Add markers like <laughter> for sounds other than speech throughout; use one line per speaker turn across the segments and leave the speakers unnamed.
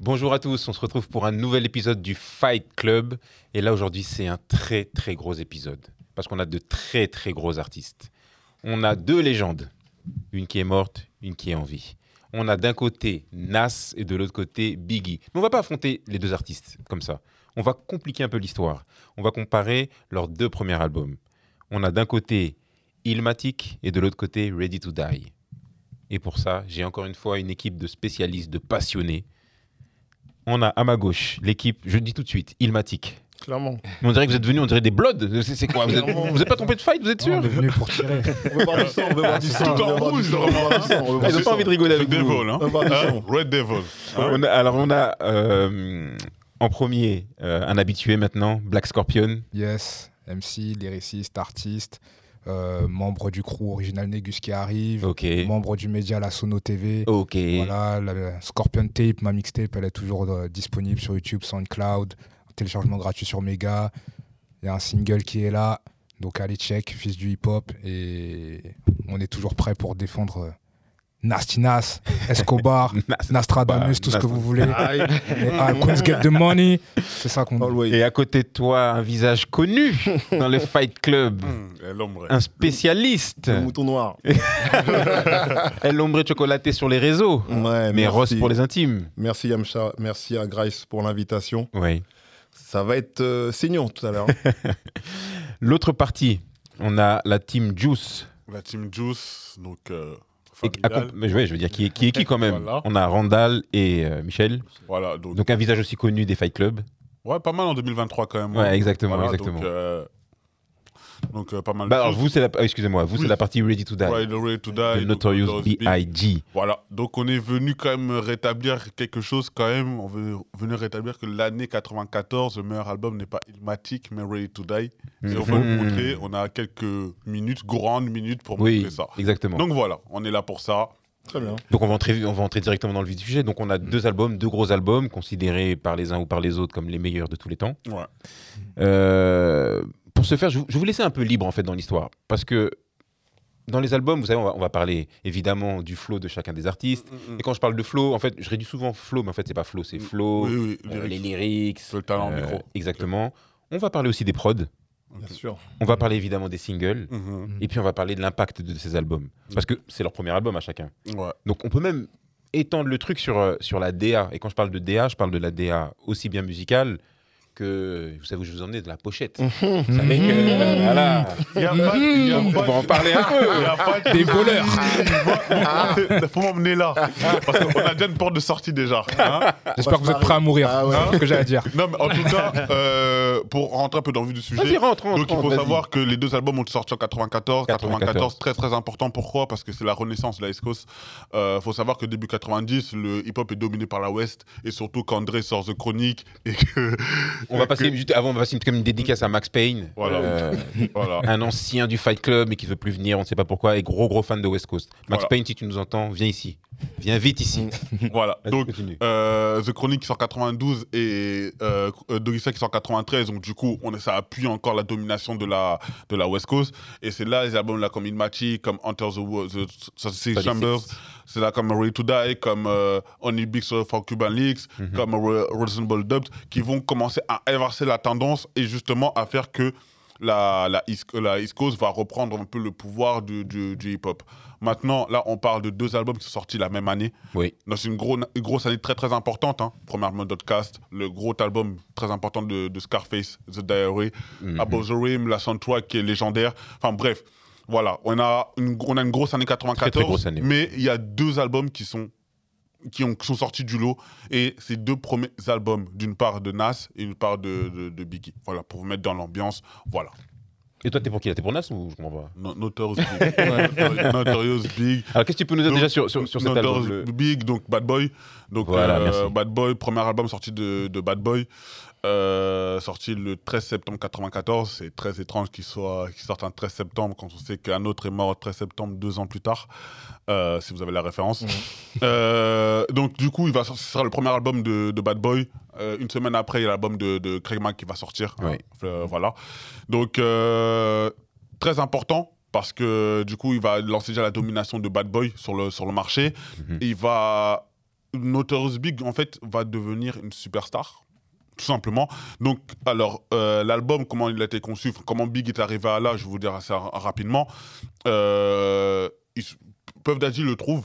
Bonjour à tous, on se retrouve pour un nouvel épisode du Fight Club. Et là aujourd'hui c'est un très très gros épisode, parce qu'on a de très très gros artistes. On a deux légendes, une qui est morte, une qui est en vie. On a d'un côté Nas et de l'autre côté Biggie. Mais on va pas affronter les deux artistes comme ça. On va compliquer un peu l'histoire. On va comparer leurs deux premiers albums. On a d'un côté Illmatic et de l'autre côté Ready to Die. Et pour ça, j'ai encore une fois une équipe de spécialistes, de passionnés. On a à ma gauche l'équipe, je le dis tout de suite, Illmatic.
Clairement.
Mais on dirait que vous êtes venus, on dirait des Bloods. C'est c'est quoi Vous êtes-
Clairement.
vous êtes pas trompé de fight, vous êtes sûr
On est venu pour tirer. <laughs>
On veut voir du sang, on veut voir du sang.
Tout
on
en
veut voir du
rouge,
sang, on veut voir du sang, on veut voir
Ils
du
ont pas
sang.
envie de rigoler
The
avec vous.
Devil, hein.
On veut voir du
Hein
sang.
Red Devil. hein.
On a- alors on a euh, en premier euh, un habitué maintenant, Black Scorpion.
Yes, MC, lyriciste, artiste, euh, membre du crew original Négus qui arrive,
Ok.
membre du média La Sono TV.
Ok.
Voilà, la- la Scorpion Tape, ma mixtape, elle est toujours euh, disponible sur YouTube, SoundCloud, téléchargement gratuit sur Mega. Il y a un single qui est là, donc allez check, fils du hip-hop, et on est toujours prêt pour défendre euh,
<laughs>
Nasty Nas, Escobar,
Nas-
Nostradamus, tout ce que
Bah, Nas- <laughs>
vous voulez.
Aïe.
Les Queens get the money, c'est ça qu'on
Always.
Et à côté de toi, un visage connu dans le Fight Club,
Mm.
Hmm, elle l'ombre.
un spécialiste.
Le mouton noir.
Elle ombré chocolaté sur les réseaux,
Ouais,
mais
merci.
Ross pour les intimes.
Merci Yamcha, merci à Grace pour l'invitation.
Oui.
Ça va être euh, saignant tout
<laughs>
à l'heure.
L'autre partie, on a la team Juice.
La team Juice, donc. euh,
Et accomp-
familiale.
mais ouais, je veux dire, qui est qui, est qui quand même
Voilà.
On a Randall et euh, Michel.
Voilà, donc,
Donc un visage aussi connu des Fight Club.
Ouais, pas mal en 2023 quand même.
Ouais, exactement,
Mm. Voilà,
exactement.
Donc, euh, donc, euh, pas mal. de
Bah alors,
choses.
vous, c'est la... ah, Excusez-moi, vous,
Oui.
c'est la partie Ready to Die.
Ouais, The Ready to Die,
de
donc,
Notorious
Notorious B.I.
B.I.G.
Voilà, donc on est venu quand même rétablir quelque chose quand même. On veut venir rétablir que l'année 94, le meilleur album n'est pas Illmatic, mais Ready to Die. Et on veut le
Mhm.
montrer. On a quelques minutes, grandes minutes pour
Oui,
montrer ça.
exactement. Donc,
Donc voilà, on est là pour ça.
Très bien.
on, va entrer, on va entrer directement dans le vif du sujet. Donc on a
Mm.
deux albums, deux gros albums, considérés par les uns ou par les autres comme les meilleurs de tous les temps.
Ouais.
Euh, pour ce faire, je, vous- je vous laissais un peu libre en fait dans l'histoire. Parce que dans les albums, vous savez, on va, on va parler évidemment du flow de chacun des artistes. Et quand je parle de flow, en fait, je réduis souvent flow, mais en fait, c'est pas flow, c'est flow,
Oui, oui,
euh, les
lyrics.
lyrics.
Le talent
euh,
micro.
exactement. On va parler aussi des prods.
Bien sûr.
On
Mm.
va parler évidemment des singles.
Mhm.
Et puis on va parler de l'impact de ces albums.
Mm.
Parce que c'est leur premier album à chacun.
Ouais.
Donc on peut même étendre le truc sur, euh, sur la DA. Et quand je parle de DA, je parle de la DA aussi bien musicale que, vous savez où je vous emmenais, de la pochette.
Mm.
Vous savez
Mhm.
que, euh, voilà,
Il y a pas- il y a
on
pas-
va en parler un peu.
il y a pas de-
Des voleurs.
Il faut m'emmener là. Parce qu'on a déjà une porte de sortie déjà. hein.
J'espère que vous êtes prêts à mourir.
Ah ouais.
C'est ce que j'ai à dire.
non, mais en tout cas, euh, pour rentrer un peu dans le vif du
Vas-y,
sujet.
rentre, rentre.
Donc, il faut
rentre,
savoir que les deux albums ont sorti en 94. 94,
94,
très très important. Pourquoi Parce que c'est la renaissance de la East Coast. Euh, faut savoir que début 90, le hip-hop est dominé par la West. Et surtout qu'André sort The Chronic. Et que.
vas-y. On va passer, juste avant, on va passer une, comme une dédicace à Max Payne.
Voilà.
Euh,
Voilà.
un ancien du Fight Club mais qui veut plus venir, on ne sait pas pourquoi, et gros gros fan de West Coast. Max
Voilà.
Payne, si tu nous entends, viens ici. Viens vite
<laughs>
ici.
voilà.
Vas-y,
Donc,
continue.
Euh, The Chronic qui sort 92 et euh, euh, Doggy Style qui sort 93. Donc, du coup, on, ça appuie encore la domination de la, de la West Coast. Et c'est là les albums là, comme Inmachi, comme Enter the, Wo- the Sausage
Pas des
Chambers.
sexes.
C'est là comme Ready to Die, comme euh, Only Big Soul for Cuban Leaks,
Mhm.
comme Re- Reasonable Doubt, qui vont commencer à inverser la tendance et justement à faire que la, la, East, la East Coast va reprendre un peu le pouvoir du, du- du hip-hop. Maintenant, là, on parle de deux albums qui sont sortis la même année.
Oui.
Donc, c'est une, gros- une grosse année très très importante. Hein. Premièrement, Dotcast, le gros album très important de, de Scarface, The Diary,
Mhm.
Above the Rim, la soundtrack qui est légendaire. Enfin bref, voilà, on a une, gro- on a une grosse année 94,
Très, très grosse année, oui.
mais il y a deux albums qui sont, qui ont, qui sont sortis du lot. Et ces deux premiers albums, d'une part de Nas et d'une part de, de, de Biggie. Voilà, pour vous mettre dans l'ambiance. Voilà,
Et toi, t'es pour qui là T'es pour Nas ou je comprends pas
No- Notorious Big. Notorious Big.
Alors, qu'est-ce que tu peux nous dire
Donc,
déjà sur, sur, sur cet
Notorious
album le-
Big, donc Bad Boy. Donc,
Voilà,
euh,
merci.
Bad Boy, premier album sorti de, de Bad Boy, euh, sorti le 13 septembre 94. C'est très étrange qu'il soit, qu'il sorte un 13 septembre quand on sait qu'un autre est mort le 13 septembre deux ans plus tard, euh, si vous avez la référence.
Mhm.
<laughs> Euh, donc, du coup, il va sortir, ce sera le premier album de, de Bad Boy. Euh, une semaine après, il y a l'album de, de Craig Mack qui va sortir. hein.
Ouais.
Euh, voilà. Donc, euh, très important parce que du coup, il va lancer déjà la domination de Bad Boy sur le, sur le marché.
Mhm.
Il va Notorious Big, en fait, va devenir une superstar. Tout simplement. Donc, alors, euh, l'album, comment il a été conçu, enfin, comment Big est arrivé à là, je vais vous dire ça ra- rapidement. Euh, ils s- Puff Daddy le trouve.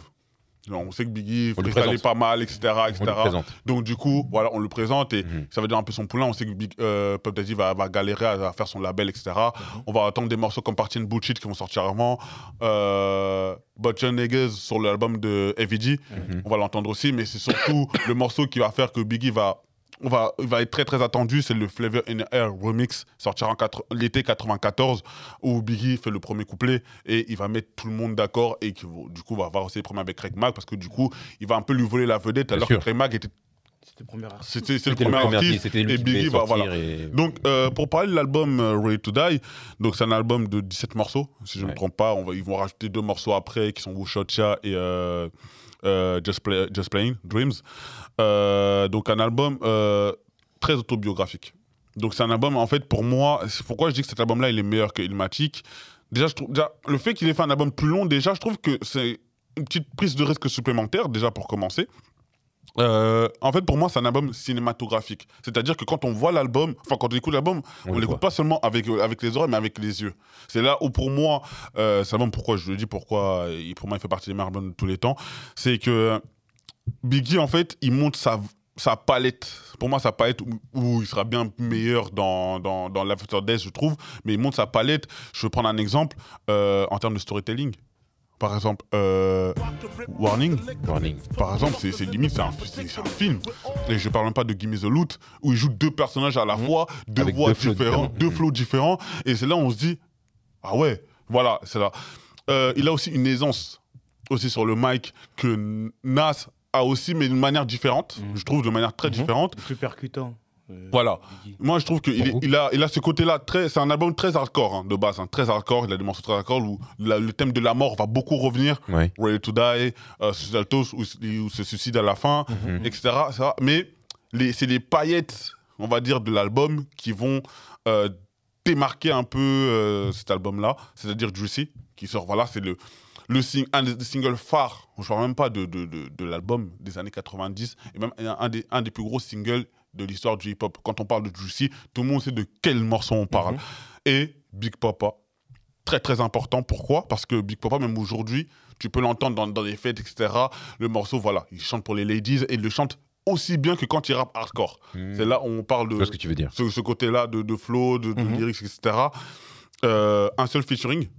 Genre, on sait que Biggie
On lui
freestallait
présente.
pas mal, etc.
On
etc.
le présente.
Donc du coup, voilà, on le présente et
Mhm.
ça veut dire un peu son poulain. On sait que Big, euh, Puff Daddy va, va galérer à, à faire son label, etc. On va attendre des morceaux comme Party and Bullshit qui vont sortir avant. Euh, But John Niggas sur l'album de Heavy
Mhm.
on va l'entendre aussi, mais c'est <coughs> surtout le morceau qui va faire que Biggie va, on va, il va être très très attendu. C'est le Flavor in the Air remix, sortir en quatre- l'été 94, où Biggie fait le premier couplet et il va mettre tout le monde d'accord et qui vont- du coup va avoir aussi des problèmes avec Craig Mack parce que du coup il va un peu lui voler la vedette
Bien
alors
sûr.
que Craig Mack était
C'était le premier artiste.
c'était c'est le
C'était
premier artiste.
c'était lui
et
qui devait
Biggie va-
sortir
voilà.
et-
Donc, euh, pour parler de l'album euh, Ready to Die, donc c'est un album de 17 morceaux, si je ne
Ouais.
me trompe pas. On va, ils vont rajouter deux morceaux après qui sont Wushotcha et euh, euh, Just, Play- Just Playing, Dreams. Euh, donc, un album euh, très autobiographique. Donc, c'est un album, en fait, pour moi, c'est pourquoi je dis que cet album-là, il est meilleur que Ilmatic. Déjà, je trouve, déjà, le fait qu'il ait fait un album plus long, déjà, je trouve que c'est une petite prise de risque supplémentaire, déjà pour commencer. Euh, en fait, pour moi, c'est un album cinématographique. C'est-à-dire que quand on voit l'album, enfin, quand on écoute l'album, on
le
l'écoute
voit.
pas seulement avec, euh, avec les oreilles, mais avec les yeux. C'est là où, pour moi, euh, c'est vraiment pourquoi je le dis, pourquoi euh, il- pour moi, il fait partie des meilleurs albums de tous les temps. C'est que Biggie, en fait, il montre sa, sa palette. Pour moi, sa palette où, où il sera bien meilleur dans, dans, dans l'After Death, je trouve. Mais il montre sa palette. Je vais prendre un exemple euh, en termes de storytelling. Par exemple, euh, Warning.
Warning.
Par exemple, c'est c'est limite, c'est un, c'est- c'est un film. Et je parle même pas de Gimme the Loot, où il joue deux personnages à la fois,
Mhm.
deux
Avec
voix
deux flots
différentes,
différents.
deux
Mhm.
flots différents. Et c'est là où on se dit, ah ouais, voilà, c'est là. Euh, il a aussi une aisance, aussi sur le mic, que N- Nas a aussi, mais d'une manière différente.
Mhm.
Je trouve de manière très
Mhm.
différente.
Le plus percutant. euh,
Voilà.
Biggie.
Moi, je trouve qu'il est-
Beaucoup.
il a, il a ce côté-là. très C'est un album très hardcore, hein, de base, hein, très hardcore. Il a des morceaux très hardcore où la- le thème de la mort va beaucoup revenir.
Ouais.
Ready to Die, euh, Suicidal Toast, où, il- où se suicide à la fin,
Mhm.
etc. ça. Mais les- c'est les paillettes, on va dire, de l'album qui vont euh, démarquer un peu euh, cet album-là, c'est-à-dire Juicy, qui sort, voilà, c'est le, le sing- un des singles phares, je parle même pas de, de, de, de l'album des années 90, et même un, un des, un des plus gros singles de l'histoire du hip-hop. Quand on parle de Juicy, tout le monde sait de quel morceau on parle. Et Big Papa, très très important. Pourquoi Parce que Big Papa, même aujourd'hui, tu peux l'entendre dans, dans les fêtes, etc. Le morceau, voilà, il chante pour les ladies et il le chante aussi bien que quand il rappe hardcore.
Mhm.
C'est là où on parle
Je
de
vois ce que tu veux dire.
ce, ce côté-là de, de flow, de, de
Mhm.
lyrics, etc. Euh, un seul featuring,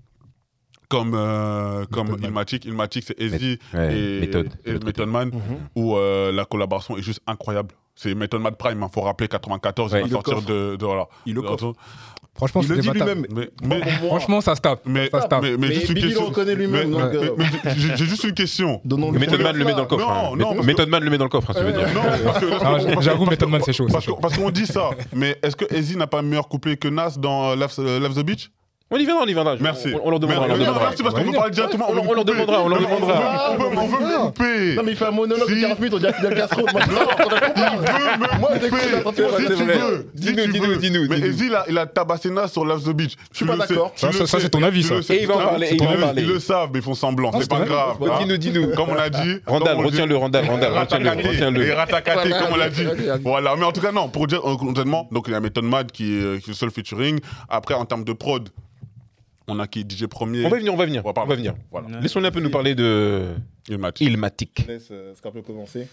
comme, euh, comme
Method Man.
Ilmatic. Ilmatic, c'est Easy
Ouais,
et,
méthode.
et Method Man,
Mhm.
où euh, la collaboration est juste incroyable. C'est Method Man Prime, il faut rappeler 94,
Ouais.
il va
Il le
sortir
coffre.
de, de- voilà.
Il le
Bah,
coffre.
Franchement,
Il
c'est
le dit
débattable.
lui-même.
Mais, mais,
Franchement, ça se tape.
mais,
Ça se tape.
mais- mais
Mais
juste une
Biggie le
question.
reconnaît lui-même.
Mais-
donc,
mais-
euh,
mais j'ai- j'ai juste une question.
<laughs> donnons-lui
Method
son
Man le met dans le
fleur.
coffre.
Non,
hein.
non,
Met-
parce que-
Method Man le met dans le coffre, hein, tu veux dire.
Non, parce que-
Ah,
parce que-
J'avoue, Method Man, c'est chaud. c'est
Parce
chaud.
que- parce qu'on dit ça, mais est-ce que Easy n'a pas meilleur couplé que Nas dans euh, Love euh, Love the Beach
On y viendra, on y viendra.
Merci.
On, on leur demandera.
Merci,
on leur demandera.
Merci parce qu'on
Ouais.
peut parler directement.
On-
veut
on
me
leur
couper.
demandera, on leur
Non, non,
demandera.
On veut on veut me couper.
Non, mais il fait un monologue
Si.
de 40 minutes, on dirait Fidel Castro. Moi, je comprends. Moi,
Couper.
dès que je suis attentif,
c'est
Si tu
vrai.
veux, si
Dis-nous,
tu
dis-nous,
veux.
dis-nous,
Mais
dis-nous.
Easy, il a- il a tabassé Nas sur Love the Beach. Je
suis pas d'accord.
Ça, ça, ça, c'est ton avis, ça.
Et il va en parler, et il va en parler.
Ils le savent, mais ils font semblant.
Non,
C'est
c'est
pas
vrai.
grave. hein.
Dis-nous, dis-nous.
Comme on a dit.
Randall,
comme on dit-
retiens-le, Randall, Randall, retiens-le,
Ratakaté. Et
retiens-le.
ratakaté, comme on l'a dit.
Voilà.
Voilà, mais en tout cas, non, pour dire euh, concrètement, donc il y a Method Mad qui est, euh, qui est le seul featuring. Après, en termes de prod, on a qui est DJ Premier.
On va y venir, on va y venir,
On va
on
parler.
va venir.
Voilà.
Ouais.
Laissons-le un peu nous parler de
Il match.
Ilmatic.
Laisse euh, Scorpio commencer.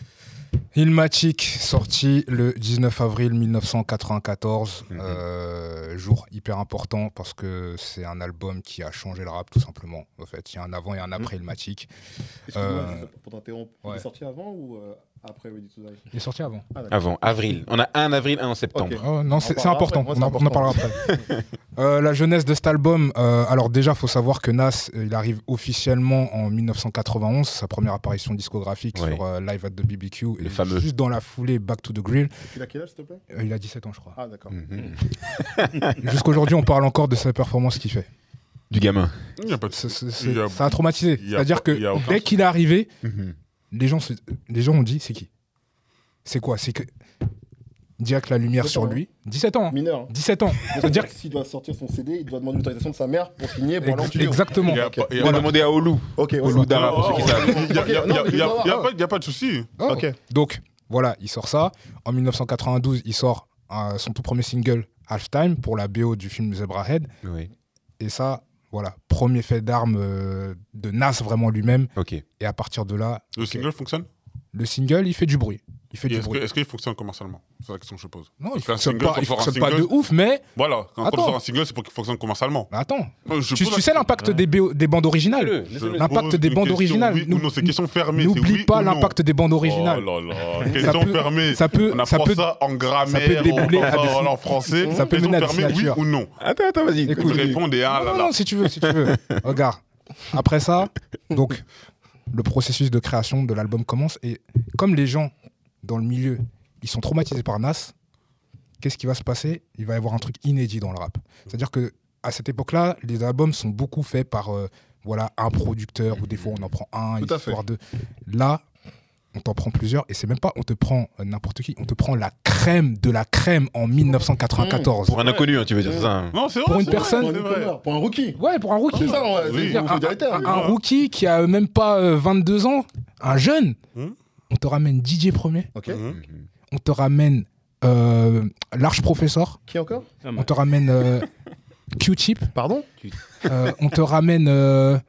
Ilmatic, sorti le 19 avril 1994.
Mhm.
Euh, jour hyper important parce que c'est un album qui a changé le rap, tout simplement. En fait, il y a un avant et un après
Mhm.
Ilmatic.
Excuse-moi,
Euh,
juste pour t'interrompre. Il
ouais.
est sorti avant ou euh, après Ready to Die
Il est sorti avant.
Avant, avril. On a un avril, un en septembre.
Ok.
Oh, non,
On
c'est c'est
parlera
important.
après,
on,
moi,
en-
c'est
on en parlera après.
<laughs>
Euh, la jeunesse de cet album, euh, alors déjà, faut savoir que Nas, euh, il arrive officiellement en 1991, sa première apparition discographique
Ouais.
sur euh, Live at the BBQ.
Le
et
fameux.
Juste dans la foulée, Back to the Grill.
Il a quel âge, s'il te plaît
Euh, il a 17 ans, je crois.
Ah, d'accord.
Mhm.
Jusqu'aujourd'hui, on parle encore de sa performance qu'il fait.
Du gamin.
Il n'y a pas de
C'est- c'est-
Il y a-
c'est- Ça a traumatisé.
il y a
C'est-à-dire
pas- il y a
que
aucun
dès qu'il est arrivé,
Mhm.
les gens, se- les gens ont dit c'est qui C'est quoi C'est que direct la lumière
17
sur
ans,
lui. 17 ans. hein.
<laughs> Mineur.
17 ans.
Ça veut dire que s'il doit sortir son CD, il doit demander l'autorisation de sa mère pour signer pour hein. aller en
Ex-
studio.
Exactement.
Il y a
Ok.
pas- il y a
On va
pas-
bah,
demander à Olu.
Ok, on
Olu Dara, pour
Oh,
ceux qui
oh,
savent.
il y a- il y a-
Ok,
il y
non,
a-
mais
il y a-
je veux
il y a
savoir.
pas- Il n'y a pas de souci.
Oh.
Ok.
Donc voilà, il sort ça. En 1992, il sort euh, son tout premier single, Halftime, pour la BO du film Zebrahead.
Oui,
Et ça, voilà, premier fait d'armes euh, de Nas vraiment lui-même.
ok.
Et à partir de là,
Le single fonctionne
le single, il fait du bruit. Il fait
Et
du
Est-ce que-
bruit.
est-ce qu'il fonctionne commercialement C'est la question que je pose.
Non, il
Parce qu'un
fonctionne
single,
pas,
quand
il
sort un
fonctionne pas de
single-
ouf, mais
Voilà, quand
Attends.
on sort un single, c'est pour qu'il fonctionne commercialement.
attends.
Euh, je
Tu,
pose
tu
la-
sais l'impact des, BO des bandes originales
Laissez-le,
je
laissez-le.
L'impact
pose
des
une
bandes
question,
originales,
Oui ou
nous-
non, c'est question fermée.
N'oublie pas l'impact des bandes
original.
originales.
Oh là là, question
peut-
fermée.
Ça peut,
On apprend
ça
ça,
peut
en grammaire,
débouler à
on
des-
en, en français.
ça peut
Question
mener à des
fermée, oui
signatures.
ou non
Attends, attends, vas-y.
Je
Écoute.
réponds des ah
Non,
là
non,
là.
non, si tu veux, si tu veux. Regarde. Après ça, donc, le processus de création de l'album commence. Et comme les gens dans le milieu, ils sont traumatisés par Nas, qu'est-ce qui va se passer Il va y avoir un truc inédit dans le rap. C'est-à-dire que à cette époque-là, les albums sont beaucoup faits par euh, voilà, un producteur, ou des fois on en prend un,
Tout à
histoire de. Là, on t'en prend plusieurs, et c'est même pas on te prend euh, n'importe qui, on te prend la crème de la crème en 1994.
Pour un inconnu, hein, tu veux dire ça. hein.
Non, c'est vrai.
Pour une
c'est vrai,
personne-
c'est vrai.
Pour, un rookie.
Ouais, pour un
C'est
rookie.
ça, ouais,
Oui.
c'est il faut dire les termes.
un,
Ah,
un rookie qui a même pas euh, 22 ans, un jeune,
Hmm.
on te ramène DJ Premier,
Ok.
Mhm.
Mhm.
on te ramène euh, Large Professor,
Qui encore
Hmm.
Ah,
on
mais
te ramène euh, Q-Tip,
Pardon
euh, on te ramène euh,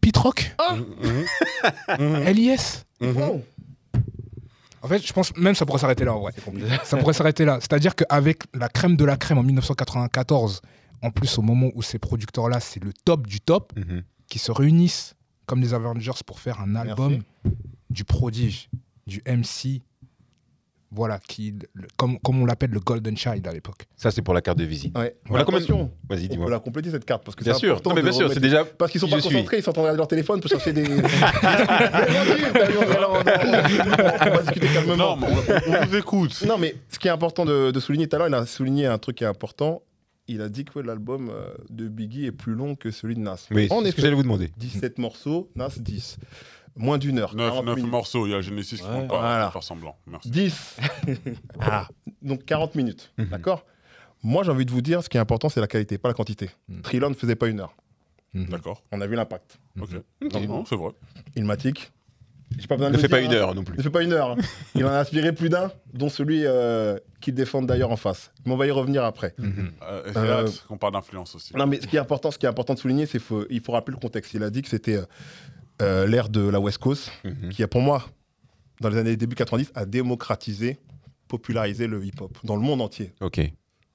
Pete Rock,
Mhm.
Ah.
Mhm.
LIS.
Mhm.
Oh.
En fait, je pense même ça pourrait s'arrêter là en vrai. Ça pourrait s'arrêter là. C'est-à-dire qu'avec la crème de la crème en 1994, en plus au moment où ces producteurs-là, c'est le top du top,
Mhm.
qui se réunissent comme les Avengers pour faire un album
Merci.
du prodige, du MC, voilà, qui, le- comme, comme on l'appelle le Golden Child à l'époque.
Ça, c'est pour la carte de visite.
Ouais.
Voilà combien de-
Attention,
Vas-y,
on peut
dis-moi.
la compléter cette carte parce que
Bien
c'est
sûr.
important
Non, mais bien
de
sûr, c'est
remettre-
déjà.
Parce qu'ils sont
Je
pas
suis.
concentrés, ils sont en train de regarder leur téléphone
<laughs>
pour chercher des. <laughs> des menus, t'as vu, on est là, on est- on
<laughs>
va discuter calmement.
Non, mais on, on vous écoute.
Non, mais ce qui est important de, de souligner tout à l'heure, il a souligné un truc qui est important. Il a dit que ouais, l'album euh, de Biggie est plus long que celui de Nas.
Oui, c'est
en
ce que
effet,
j'allais vous demander.
17 morceaux, Nas 10. Moins d'une heure.
9,
40 minutes.
morceaux, il y a Genesis qui
Ouais.
compte pas,
Voilà.
faire semblant. Merci.
<laughs>
10. Ah, donc 40 minutes.
Mhm.
D'accord Moi, j'ai envie de vous dire, ce qui est important, c'est la qualité, pas la quantité.
Mhm.
Trilon ne faisait pas une heure.
Mm.
D'accord,
On a vu l'impact.
Mm-hmm.
ok.
Ok.
Non, c'est vrai.
Ilmatic. J'ai pas besoin de
Mhm. Ne fais
le
pas
dire,
une
hein.
heure non plus.
Ne fait pas
<laughs>
une heure. Il en a inspiré plus d'un, dont celui euh, qu'il défend d'ailleurs en face. Mais on va y revenir après.
Mhm.
Euh, et c'est
Euh,
là qu'on parle d'influence aussi.
Non, mais ce qui est important, ce qui est important de souligner, c'est faut, il faut rappeler le contexte. Il a dit que c'était euh, euh, l'ère de la West Coast,
Mhm.
qui a pour moi, dans les années début 90, a démocratisé, popularisé le hip-hop dans le monde entier.
Ok.
Tu